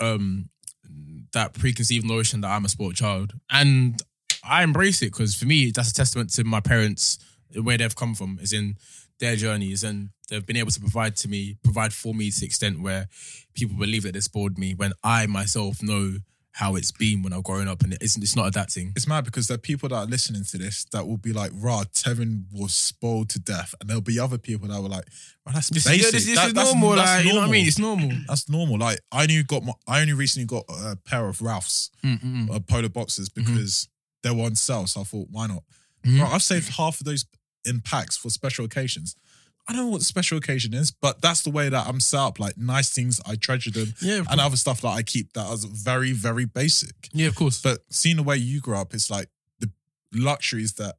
S5: um that preconceived notion that I'm a sport child. And I embrace it because for me, that's a testament to my parents, where they've come from, is in their journeys. And they've been able to provide to me, provide for me to the extent where people believe that they spoiled me when I myself know how it's been when I've grown up and it isn't, it's not adapting.
S4: It's mad because there are people that are listening to this that will be like, "Rah, Tevin was spoiled to death," and there'll be other people that were like, "Rah, that's
S5: This,
S4: basic.
S5: yeah, this, this
S4: That-
S5: is
S4: that's-
S5: normal.
S4: that's
S5: like, You know what I
S4: normal.
S5: mean? It's normal.
S4: That's normal. Like I only got my, I only recently got a pair of Ralphs,
S5: Mm-mm.
S4: uh, polar boxes,
S5: Mm-hmm.
S4: because they were on sale. So I thought, why not?
S5: Mhm.
S4: Bro, I've saved half of those in packs for special occasions. I don't know what special occasion is, but that's the way that I'm set up. Like nice things, I treasure them,
S5: Yeah, of
S4: and other stuff that I keep that is very, very basic.
S5: Yeah, of course.
S4: But seeing the way you grew up, it's like the luxuries that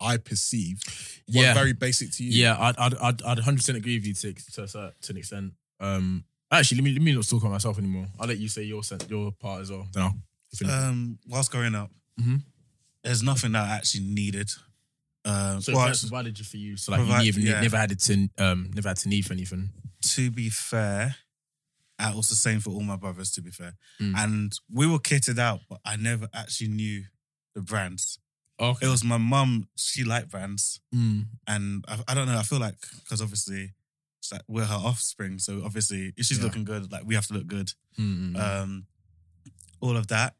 S4: I perceived were
S5: Yeah.
S4: very basic to you.
S5: Yeah, I'd I'd I'd, I'd 100% agree with you to, to, a cer- to an extent. Um, actually, let me let me not talk about myself anymore. I'll let you say your sen- your part as well. Then I'll finish.
S6: Um, whilst growing up,
S5: Mhm.
S6: there's nothing that I actually needed. Um,
S5: so
S6: well,
S5: well, provided you for you, so like
S6: provide-
S5: you never,
S6: yeah.
S5: never had it to um never had to need for anything.
S6: to be fair, I was the same for all my brothers. To be fair,
S5: Mm.
S6: and we were kitted out, but I never actually knew the brands.
S5: Okay.
S6: It was my mum; she liked brands,
S5: Mm.
S6: and I, I don't know. I feel like because obviously it's like we're her offspring, so obviously if she's
S5: Yeah.
S6: looking good, like we have to look good.
S5: Mm.
S6: um, all of that.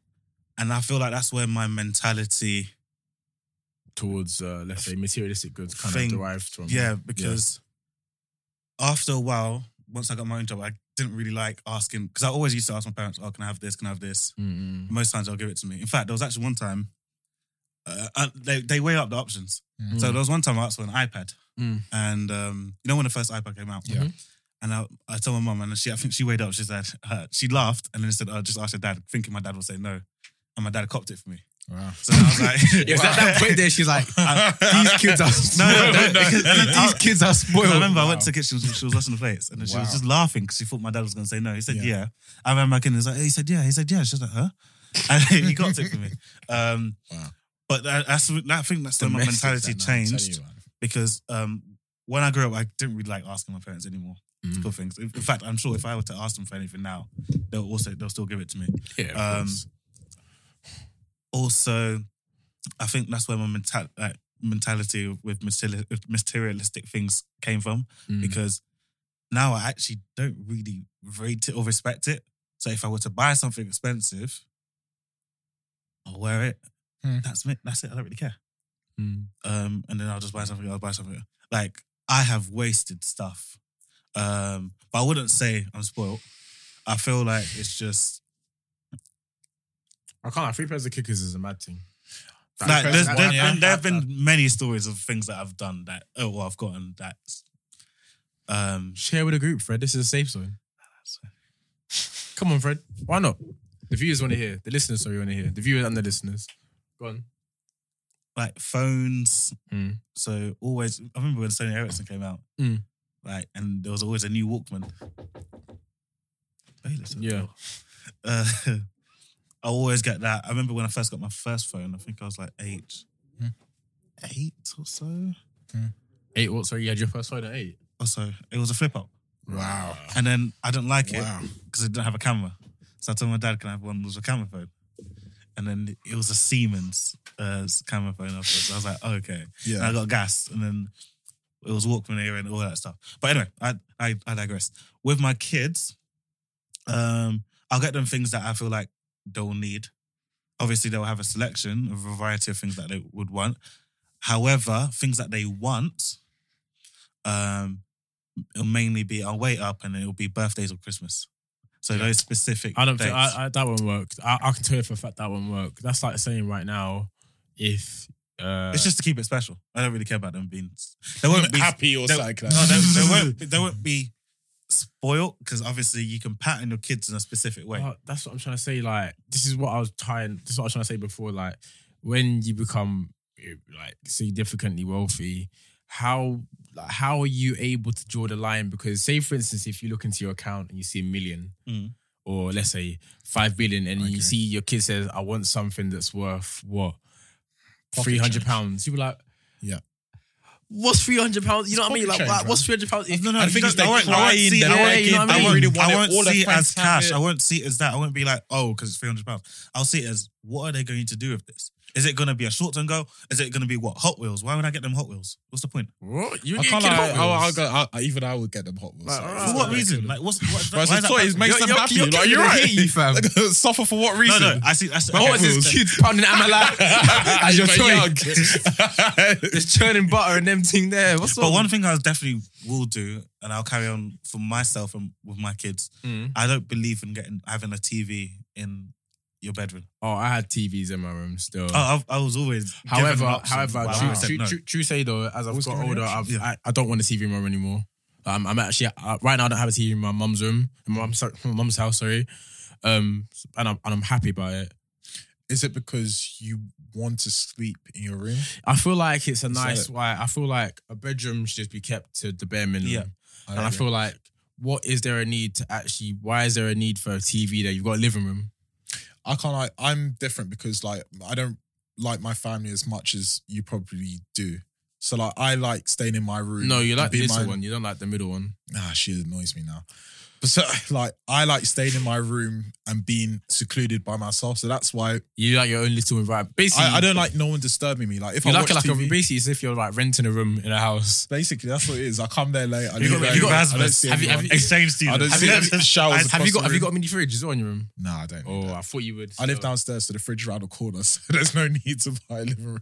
S6: And I feel like that's where my mentality,
S5: Towards uh, let's say materialistic goods kind
S6: Thing-
S5: of derived from.
S6: yeah, because after a while, once I got my own job, I didn't really like asking because I always used to ask my parents, "Oh, can I have this? Can I have this?"
S5: Mm,
S6: Most times they'll give it to me. In fact, there was actually one time uh, I- they they weigh up the options.
S4: Mhm.
S5: Hmm.
S6: So there was one time I asked for an iPad,
S5: Mm.
S6: and um, you know when the first iPad came out,
S5: Yeah.
S6: And I, I told my mum, and she I think she weighed up. She said uh, she laughed, and then said, "I just asked her dad, thinking my dad would say no." And my dad copped it for me.
S4: Wow.
S6: So then I was like,
S5: Yeah, it's at that point there she's like, these kids are
S6: No, no, no,
S5: spoiled.
S6: because-
S5: these kids are spoiled.
S6: I remember I went
S5: Wow.
S6: to the kitchen, she was washing the plates, and then she was
S4: Wow.
S6: just laughing because she thought my dad was going to say no. He said,
S4: Yeah.
S6: yeah. I ran back in and was like, he said, yeah. He said, yeah. She's like, huh? And he got it for me. Um,
S4: Wow.
S6: But that, that's, I think that's when my
S5: Domestic
S6: mentality
S5: that now, I'm telling
S6: changed
S5: you, man.
S6: because um, when I grew up, I didn't really like asking my parents anymore.
S5: Mm.
S6: for things. In in fact, I'm sure if I were to ask them for anything now, they'll also they'll still give it to me.
S5: Yeah, of
S6: Um,
S5: course.
S6: also, I think that's where my mental like, mentality with material- materialistic things came from
S5: Mm.
S6: because now I actually don't really rate it or respect it. So if I were to buy something expensive, I'll wear it.
S4: Hmm.
S6: That's me. That's it. I don't really care.
S5: Mm.
S6: Um, and then I'll just buy something. I'll buy something. Like I have wasted stuff. Um, but I wouldn't say I'm spoiled. I feel like it's just
S5: I can't. Like, three pairs of kickers is a mad thing.
S6: like there's,
S5: That-
S6: there's
S5: yeah.
S6: been, there have been many stories of things that I've done that oh well I've gotten that um
S5: Share with a group, Fred. This is a safe zone. Come on, Fred. Why not? The viewers want to hear. The listeners, sorry, want to hear. The viewers and the listeners. Go on.
S6: like phones.
S5: Mm.
S6: So always, I remember when Sony Ericsson came out,
S5: Mm.
S6: like, and there was always a new Walkman. Hey, let's have a
S5: Yeah.
S6: go. Uh, I always get that. I remember when I first got my first phone. I think I was like eight,
S5: Hmm.
S4: Mm.
S6: eight or so.
S5: Eight. What? Sorry, you had your first phone at eight.
S6: Or so it was a flip up,
S4: Wow.
S6: and then I didn't like
S4: Wow.
S6: it because it didn't have a camera. So I told my dad, "Can I have one with a camera phone?" And then it was a Siemens uh, camera phone afterwards. I was like, oh, "Okay." and
S4: Yeah.
S6: I got gas, and then it was Walkman era and all that stuff. But anyway, I I, I digress. With my kids, um, I'll get them things that I feel like they'll need. Obviously, they'll have a selection, a variety of things that they would want. However, things that they want, um, it'll mainly be I'll wait up, and it'll be birthdays or Christmas. So those specific.
S5: I don't
S6: dates.
S5: think I, I, that one worked. I, I can tell you for a fact that one worked. That's like saying right now, if Uh,
S6: It's just to keep it special. I don't really care about them being. They
S4: They
S6: won't
S4: won't
S6: be
S4: happy or
S6: they-
S4: something like
S6: No,
S4: that.
S6: they, they won't. They won't be spoiled because obviously you can pattern your kids in a specific way.
S5: Oh, that's what I'm trying to say. Like, this is what I was trying. This is what I was trying to say before. Like, when you become eh, like significantly wealthy, how like, how are you able to draw the line? Because, say, for instance, if you look into your account and you see a million,
S6: Mm.
S5: or let's say five billion, and
S4: Okay.
S5: you see your kid says, "I want something that's worth what
S4: Pocket
S5: three hundred
S4: change.
S5: pounds," you were like,
S4: Yeah.
S5: What's three hundred pounds? You know what I mean?
S4: pocket
S5: Like,
S4: change,
S5: like,
S4: bro.
S5: what's three hundred pounds?
S6: No, no,
S4: I
S6: you
S4: think
S6: don't-
S4: it's they
S6: I won't- I won't
S4: crying.
S6: see
S4: They
S6: it.
S5: Yeah,
S4: like
S5: you know
S4: it.
S5: what I
S4: They
S5: mean?
S6: won't-
S4: really want
S6: I
S4: it.
S6: won't
S4: All their
S6: see it
S4: friends
S6: as
S4: have
S6: cash.
S4: it.
S6: I won't see it as that. I won't be like, oh, because it's three hundred pounds. I'll see it as what are they going to do with this? Is it going to be a short term goal? Is it going to be what Hot Wheels? Why would I get them Hot Wheels? What's the point?
S5: What? You
S4: I
S5: get
S4: can't
S5: kid
S4: lie.
S5: Hot
S4: I'll, I'll
S5: Wheels?
S4: go, i I- even I would get them Hot Wheels.
S5: Like,
S4: Like,
S5: alright.
S6: For
S5: Uh,
S6: what
S5: like-
S6: reason? Like, what's what?
S4: Bro, it's
S6: why
S4: a
S6: is that
S4: toy. It
S6: bad?
S4: makes
S5: Your-
S4: them
S5: your-
S4: happy.
S5: your
S4: like,
S5: kid
S4: you're
S5: will
S4: right.
S5: hate you, fam.
S4: Suffer for what reason?
S6: No, no. I see. That's
S5: Oh, it's this kid pounding amala as your
S4: But
S5: toy.
S4: young.
S5: Just churning butter and them thing there. What's
S6: But
S5: up?
S6: one thing I definitely will do, and I'll carry on for myself and with my kids.
S5: Mm.
S6: I don't believe in getting having a TV in your bedroom.
S5: Oh, I had TVs in my room still.
S6: Oh, I, I was always. given an
S5: however,
S6: option,
S5: however,
S6: but I
S5: true,
S6: always said
S5: true,
S6: no.
S5: true, true say though, as I've
S4: Always
S5: got
S4: given the
S5: older,
S4: option.
S5: I've,
S6: Yeah.
S5: I, I don't want a TV in my room anymore. Um, I'm actually uh, right now. I don't have a TV in my mum's room, in my mum's, my mum's house. Sorry, um, and I'm and I'm happy about it.
S4: Is it because you want to sleep in your room?
S5: I feel like it's a
S4: Is that
S5: nice.
S4: it?
S5: Why I feel like a bedroom should just be kept to the bare minimum.
S6: Yeah.
S5: And I feel like, what is there a need to actually? Why is there a need for a TV there? You've got a living room.
S4: I can't. Like, I'm different because like I don't like my family as much as you probably do. So like I like staying in my room.
S5: No, you
S4: and
S5: like the
S4: being
S5: little
S4: my-
S5: one. You don't like the middle one.
S4: Ah, she annoys me now. But so like I like staying in my room and being secluded by myself. So that's why
S5: You like your own little environment. Basically,
S4: I, I don't like no one disturbing me. Like if
S5: You
S4: I
S5: like it
S4: watch
S5: like a,
S4: TV,
S5: basically as if you're like renting a room in a house.
S4: basically that's what it is. I come there late. I
S5: You
S4: leave
S5: got-
S4: early,
S5: you got-
S4: I don't see
S5: have you- have
S4: anyone.
S5: you-
S6: exchange
S4: I
S6: student.
S4: don't
S5: have
S4: see
S5: you-
S4: any showers.
S5: Have you got
S4: across the
S5: Have you got a
S4: room.
S5: mini fridge? Is it on your room?
S4: Nah, I don't. need
S5: Oh,
S4: that.
S5: I thought you would.
S4: I live
S5: so-
S4: downstairs, so the fridge around the corner. So there's no need to buy a, living room,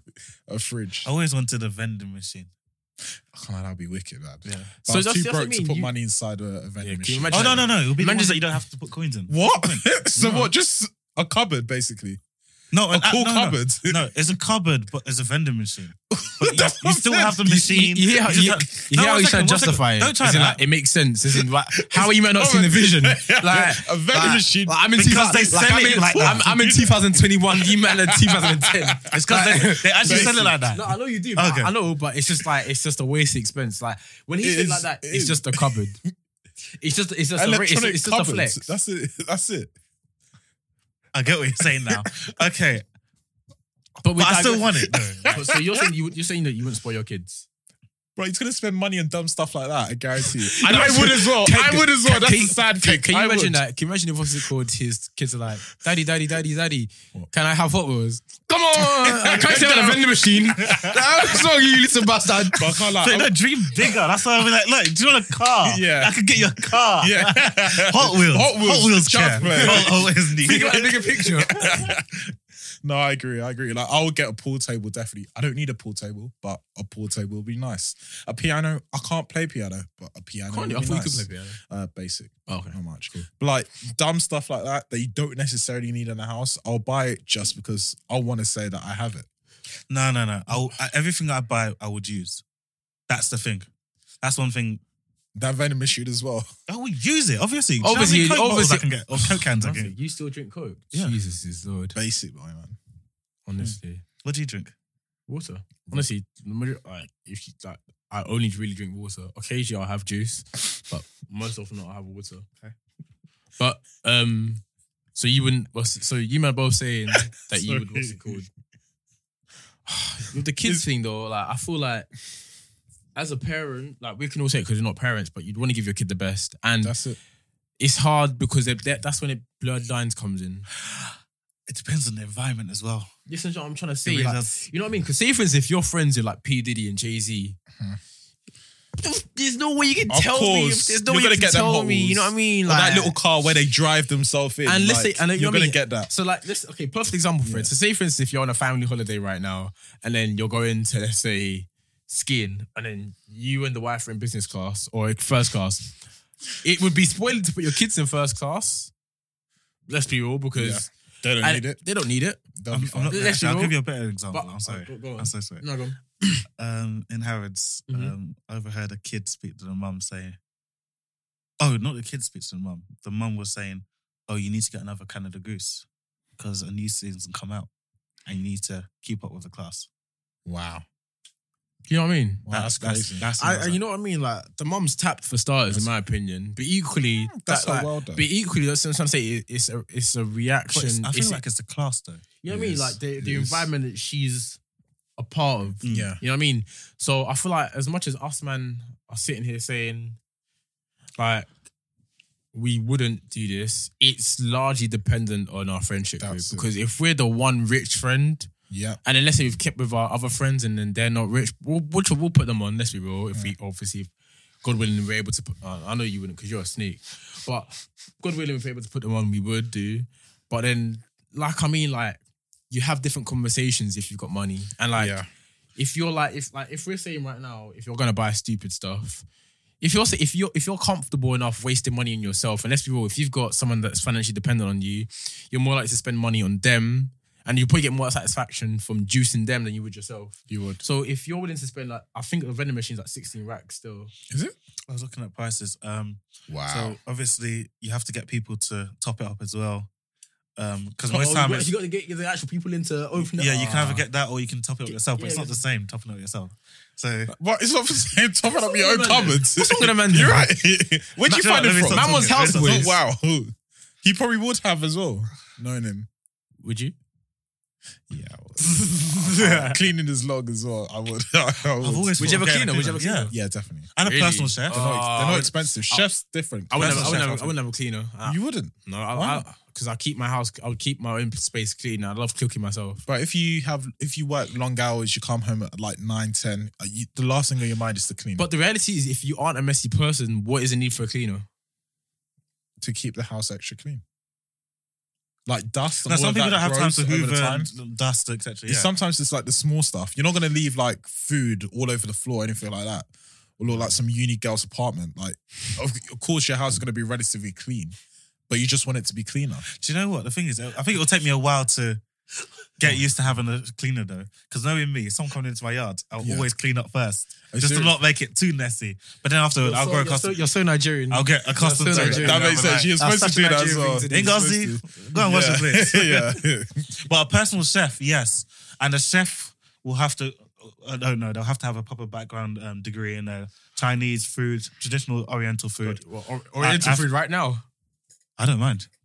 S4: a fridge.
S6: I always wanted a vending machine.
S4: Oh, man, that'd be wicked, man.
S6: Yeah.
S4: But
S5: So
S4: I was
S5: that's-
S4: too
S5: that's what I
S4: broke to
S5: mean,
S4: put
S5: you-
S4: money inside a, a vending
S5: Yeah, can you
S4: machine.
S5: imagine-
S6: Oh no, no, no! It'll be the
S5: Imagine-
S6: ones that you don't have to put coins in.
S4: What? so
S6: No.
S4: what? Just a cupboard, basically.
S6: No,
S4: A
S5: Uh,
S6: an-
S4: cool
S6: no, no.
S4: cupboard.
S6: No, it's a cupboard, but it's a vending machine. But
S4: That's
S6: you, you still
S4: what I'm
S6: have the
S4: saying.
S6: machine.
S5: You hear how,
S6: just
S5: you,
S6: have-
S5: you
S6: No,
S5: hear how
S6: one
S5: he's
S6: second, one second.
S5: trying to justify it.
S6: Don't try
S5: As in,
S6: that.
S5: like, it makes sense. As in, like, how are you not seeing the vision? Like,
S4: a vending
S5: like-
S4: machine.
S5: Like, I'm in
S6: Because they
S5: 2000 like,
S6: sell
S5: I'm
S6: it
S5: in-
S6: like that.
S5: I'm, I'm in 2021. You man in 2010.
S6: It's because they, they actually sell it like that.
S5: No, I know you do. But
S6: Okay.
S5: I know, but it's just like it's just a waste expense. Like when he
S4: It
S5: said
S4: is-
S5: like that,
S4: it
S5: it's
S4: is.
S5: just a cupboard. It's just it's just a, it's,
S4: Electronic
S5: it's just a
S4: cupboards.
S5: flex.
S4: That's it. That's it.
S6: I get what you're saying now. Okay,
S5: but we
S6: but I
S5: digress-
S6: still want it. though.
S5: But so you're saying you, you're saying that you wouldn't spoil your kids.
S4: Bro, he's gonna spend money on dumb stuff like that. I guarantee you.
S5: I know.
S4: as well. I would as well. That's
S5: can,
S4: a sad
S5: can,
S4: thing.
S5: Can you
S4: I
S5: imagine
S4: would.
S5: that? Can you imagine if what's it called? His kids are like, "Daddy, daddy, daddy, daddy. Can I have Hot Wheels? Come on! I can't sell a vending machine. Sorry, you little bastard.
S4: But I can't lie.
S6: So
S4: I'm-
S6: no, dream bigger. That's why I'm like, look, do you want a car?
S4: Yeah.
S6: I could get you a car.
S4: yeah.
S6: Hot Wheels.
S4: Hot Wheels,
S6: chair.
S4: child's play.
S6: Hot Wheels knee.
S5: Think about the bigger picture.
S4: No, I agree. I agree. Like, I would get a pool table definitely. I don't need a pool table, but a pool table would be nice. A piano, I can't play piano, but a piano.
S5: Can't
S4: would
S5: you? I
S4: be
S5: thought you
S4: nice.
S5: could play piano. Oh,
S4: Uh, basic,
S5: Okay.
S4: not much. But like dumb stuff like that that you don't necessarily need in the house, I'll buy it just because I want to say that I have it.
S6: No, no, no. I, will- I, everything I buy, I would use. That's the thing. That's one thing.
S4: That vending machine as well.
S6: I would use it, obviously. Do you know how
S5: Obviously,
S6: many Coke bottles
S5: obviously.
S6: I can get, or Coke cans I can
S5: Honestly,
S6: get.
S5: You still drink Coke?
S6: Yeah.
S5: Jesus is Lord.
S4: Basic, my man.
S5: Honestly,
S6: What do you drink?
S5: water. Honestly, the major- like if you, like, I only really drink water. Occasionally, I'll have juice, but most often I'll have water. Okay. But um, so you wouldn't. what's- So you man both saying that you would. What's it called? With the kids thing though, like I feel like. As a parent, like we can all say because you're not parents, but you'd want to give your kid the best, and
S4: That's it.
S5: it's hard because they're- they're- that's when it blurred lines comes in.
S6: It depends on the environment as well.
S5: Listen to what I'm trying to
S6: It
S5: say.
S6: really
S5: like,
S6: does.
S5: you know what I mean? Because say, for instance, if your friends are like P Diddy and Jay Z, there's no way you can
S4: Of
S5: tell me. If,
S4: course.
S5: there's no
S4: You're
S5: way
S4: gonna
S5: you can
S4: get them
S5: tell
S4: Hot
S5: me. You know what
S4: Wheels.
S5: I mean?
S4: Or that little car where they drive themselves in.
S5: And let's
S4: like,
S5: say, and you know
S4: you're
S5: what I
S4: gonna
S5: mean?
S4: get that.
S5: So, like, let's okay. Perfect example for it. So, say for instance, if you're on a family holiday right now, and then you're going to let's say skiing, and then you and the wife are in business class or first class, it would be spoiling to put your kids in first class. Let's be real, because
S4: They don't
S5: And
S4: need it.
S5: They don't need it.
S4: They'll
S6: I'm,
S4: be
S6: I'm
S4: fine.
S6: not,
S5: Yes,
S6: actually,
S5: you
S6: I'll
S5: will.
S6: give you a better example.
S5: But-
S6: I'm sorry.
S5: go- go on.
S6: I'm so sorry.
S5: No, go on.
S6: Um, in Harrods,
S5: Mhm.
S6: um, I overheard a kid speak to the mum saying, "Oh, not the kid speaks to the mum. The mum was saying, "Oh, you need to get another Canada Goose because a new season's come out, and you need to keep up with the class."
S4: Wow.
S5: You know what I mean?
S4: Wow, that's crazy.
S6: That's,
S5: I, I- you know what I mean? Like the mum's tapped for starters, in my opinion. But equally,
S4: That's
S5: that's
S4: so
S5: that, like,
S4: well done.
S5: But equally, that's what I'm trying to say. It, it's a it's a reaction.
S6: It's, I feel
S5: It's-
S6: like it's the class though.
S5: you know what I mean?
S4: Yes,
S5: Like the, the
S4: yes.
S5: environment that she's a part of.
S4: Yeah.
S5: You know what I mean? So I feel like as much as us man are sitting here saying, like, we wouldn't do this, it's largely dependent on our friendship group.
S4: That's it.
S5: Because if we're the one rich friend,
S4: Yeah.
S5: and unless we've kept with our other friends and then they're not rich, we'll, which we'll put them on, let's be real. If we obviously, if God willing, we're able to put, uh, I know you wouldn't because you're a snake, but God willing, if we're able to put them on, we would do. But then, like, I mean, like, you have different conversations if you've got money. And like,
S4: Yeah.
S5: if you're like, if like, if we're saying right now, if you're going to buy stupid stuff, if you're if you're if you're comfortable enough wasting money on yourself, and let's be real, if you've got someone that's financially dependent on you, you're more likely to spend money on them, and you probably get more satisfaction from juicing them than you would yourself.
S4: You would.
S5: So if you're willing to spend like, I think the vending machine's like sixteen racks still.
S4: Is it?
S6: I was looking at prices. Um,
S4: Wow.
S6: so obviously you have to get people to top it up as well. Um, because
S5: Oh,
S6: most time
S5: you, got,
S6: it's,
S5: you got to get the actual people in to open it.
S6: yeah, you can either
S5: Ah.
S6: get that or you can top it up yourself, but
S5: yeah,
S6: it's not
S5: yeah.
S6: the same topping it up yourself. So
S4: What? It's not for saying topping up your own
S5: What's wrong with
S4: cupboards.
S5: What's wrong with a man?
S4: You're right. Where'd you
S6: No,
S4: find
S6: no,
S4: it
S6: let me
S4: from?
S6: stop
S5: Man was
S6: talking. Let me stop
S5: houseboy.
S6: talking.
S4: Oh, wow. He probably would have as well, knowing him.
S5: Would you?
S4: Yeah. I would. Uh, Cleaning his log as well. I would. I would.
S6: I've always
S5: Would you
S6: thought,
S5: have a
S6: okay,
S5: cleaner?
S6: I
S5: Would you
S6: do
S5: have a
S6: that.
S5: cleaner?
S6: Yeah.
S4: Yeah, definitely.
S6: And a
S5: Really?
S6: personal chef.
S5: Oh,
S4: They're
S5: I
S4: not
S5: would-
S4: expensive. Chef's different.
S5: I would
S4: That's
S5: never. I
S4: a
S5: would
S4: chef,
S5: never. I would never cleaner. I-
S4: You wouldn't.
S5: no, I,
S4: Why
S5: I, because I keep my house. I would keep my own space clean. I love cooking myself.
S4: But if you have, if you work long hours, you come home at like 9, 10, uh, you, the last thing on your mind is to clean.
S5: But the reality is, if you aren't a messy person, what is the need for a cleaner?
S4: to keep the house extra clean. Like dust. and
S6: Now,
S4: all
S6: some
S4: of
S6: people
S4: that
S6: don't have time
S4: grows
S6: to
S4: over the
S6: hoover,
S4: time.
S6: and dust, etc.
S4: It's
S6: Yeah.
S4: Sometimes it's like the small stuff. You're not gonna leave like food all over the floor, or anything like that, or look like some uni girl's apartment. Like, of, of course, your house is gonna be relatively clean, but you just want it to be cleaner.
S6: Do you know what the thing is? I think it'll take me a while to get used to having a cleaner though, because knowing me, if someone coming into my yard, I'll
S4: Yeah.
S6: always clean up first,
S4: Are you
S6: just to
S4: serious?
S6: not make it too messy. But then afterward, I'll grow
S5: you're, so,
S6: accustomed.
S5: you're so Nigerian.
S6: I'll get accustomed
S5: You're so
S6: to it.
S5: Nigerian.
S4: that makes sense.
S6: Yeah,
S4: You're
S5: That's
S4: supposed to
S5: such
S4: do
S5: a
S4: that as
S5: Nigerian
S4: well.
S5: thing to do.
S6: but like, Ngozi, go and wash the plates.
S4: yeah. yeah.
S6: But a personal chef, yes, and a chef will have to. I don't know. They'll have to have a proper background um, degree in uh, Chinese food, traditional Oriental food.
S5: Well, or- Oriental
S6: I- I-
S5: food right now.
S6: I don't mind.
S5: Oh.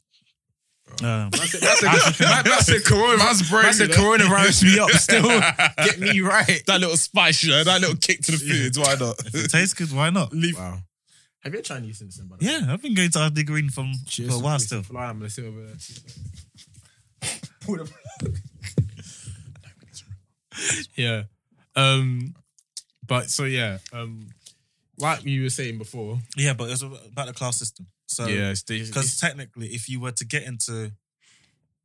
S6: Um,
S5: That's a, that's a corona. That's, a coronavirus me up. Still, get me right.
S4: That little spice, you know, that little kick to the foods. Why not?
S6: if it tastes good, why not?
S5: Wow. Have you had Chinese since then? by the way?
S6: Yeah, I've been going to our degree from for a while
S5: Please
S6: still.
S5: Fly, I'm gonna sit over there. yeah. Um. But so yeah. Um. Like you were saying before.
S6: Yeah, but it's about the class system.
S5: Um,
S6: So because
S5: Because
S6: technically, if you were to get into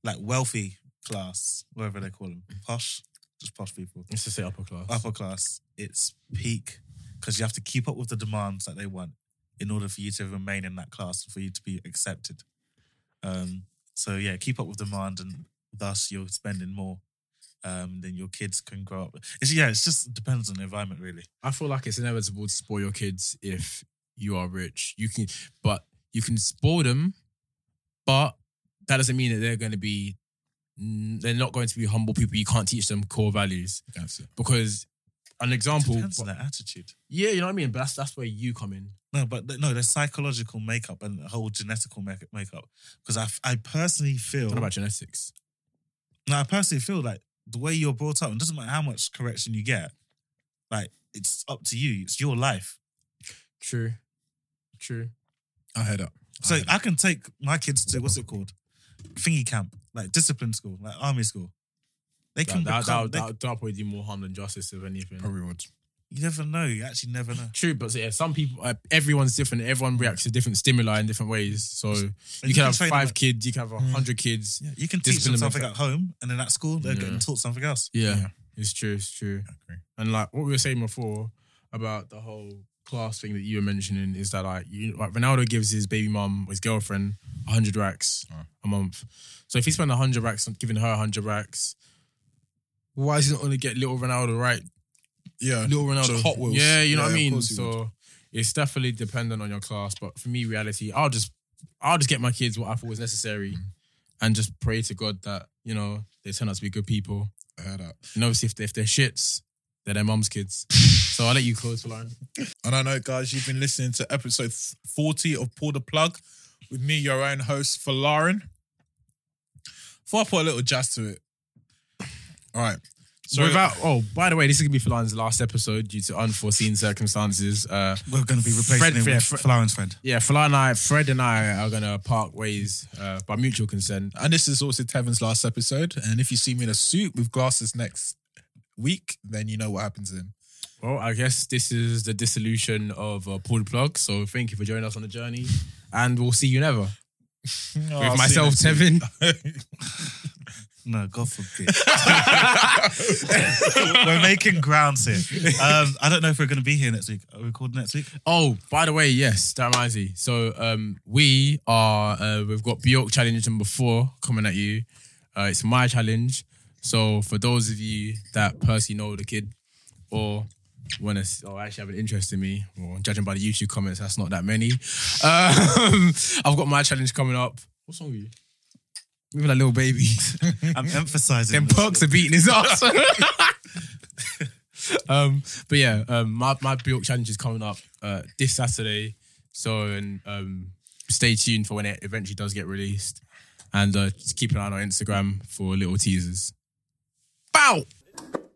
S6: like wealthy class, whatever they call them,
S4: Mm.
S6: posh, just posh people,
S5: it's to say upper class.
S6: upper class, it's peak because you have to keep up with the demands that they want in order for you to remain in that class for you to be accepted. Um, so yeah, keep up with demand, and thus you're spending more. Um, then your kids can grow up. It's, yeah, it's just depends on the environment, really.
S5: I feel like it's inevitable to spoil your kids if you are rich. You can, but you can spoil them, but that doesn't mean that they're going to be, they're not going to be humble people. You can't teach them core values
S4: That's it.
S5: because an
S6: It
S5: example,
S6: depends on their attitude.
S5: yeah, you know what I mean. But that's that's where you come in.
S6: No, but th- no, the psychological makeup and the whole genetical make- makeup. Because I, f- I personally feel,
S5: What about genetics?
S6: no, I personally feel like the way you're brought up, it doesn't matter how much correction you get, like it's up to you. It's your life.
S5: True, true.
S4: I heard up.
S6: So
S4: heard
S6: I, can take my kids to what's it called, thingy camp, like discipline school, like army school. They
S5: That
S6: can
S5: that,
S6: become.
S5: that,
S6: they-
S5: that, that'll probably do more harm than justice, if anything.
S4: Probably would.
S6: you never know. You actually never know.
S5: True, but so yeah, some people, uh, everyone's different. Everyone reacts to different stimuli in different ways. So you,
S6: you
S5: can
S6: can
S5: have
S6: train them
S5: five
S6: up.
S5: kids, you can have a hundred kids.
S6: Yeah, you can teach them
S5: Discipline them
S6: something
S5: affect-
S6: at home, and then at school they're
S5: Yeah.
S6: getting taught something else.
S5: Yeah, it's true. It's true.
S4: agree.
S5: And like what we were saying before about the whole class thing that you were mentioning is that like you like Ronaldo gives his baby mum his girlfriend hundred racks a month. So if he spent hundred racks on giving her hundred racks, why is he not going to get little Ronaldo right?
S4: Yeah.
S5: Little Ronaldo,
S4: Just Hot Wheels.
S5: Yeah, you know what I
S4: Yeah, of
S5: mean.
S4: course he would.
S5: So it's definitely dependent on your class. But for me, reality, I'll just I'll just get my kids what I thought was necessary, and just pray to God that you know they turn out to be good people.
S4: I heard that.
S5: And obviously, if they, if they're shits, they're their mum's kids. so I'll let you close, Lauren.
S4: And I know, guys, you've been listening to episode 40 of Pull the Plug with me, your own host, Falarin. Before I put a little jazz to it. All right. So
S5: Without, oh, by the way, this is gonna be Flan's last episode due to unforeseen circumstances. Uh,
S6: We're going to be replacing
S5: Fred-
S6: him
S5: yeah,
S6: with
S5: Fred-
S6: Florence Fred.
S5: yeah, Flan and I, Fred and I are gonna part ways uh, by mutual consent.
S4: and this is also Tevin's last episode. And if you see me in a suit with glasses next week, then you know what happens then.
S5: Well, I guess this is the dissolution of uh, Paul Plug. So thank you for joining us on the journey, and we'll see you never. With myself, Tevin.
S6: No, God forbid. we're making grounds here. Um, I don't know if we're going to be here next week. Are we recording next week?
S5: Oh, by the way, yes, that reminds me. So um, we are uh, we've got Bjork challenge number four coming at you. Uh, it's my challenge. So for those of you that personally know the kid or want to or actually have an interest in me, well, judging by the YouTube comments, that's not that many. Um, I've got my challenge coming up. What's wrong with you? Moving like little baby.
S6: I'm emphasizing.
S5: Them
S6: this.
S5: perks are beating his ass. um, but yeah, um, my my Bjork challenge is coming up uh, this Saturday, so and um, stay tuned for when it eventually does get released, and uh, just keep an eye on our Instagram for little teasers. Bow.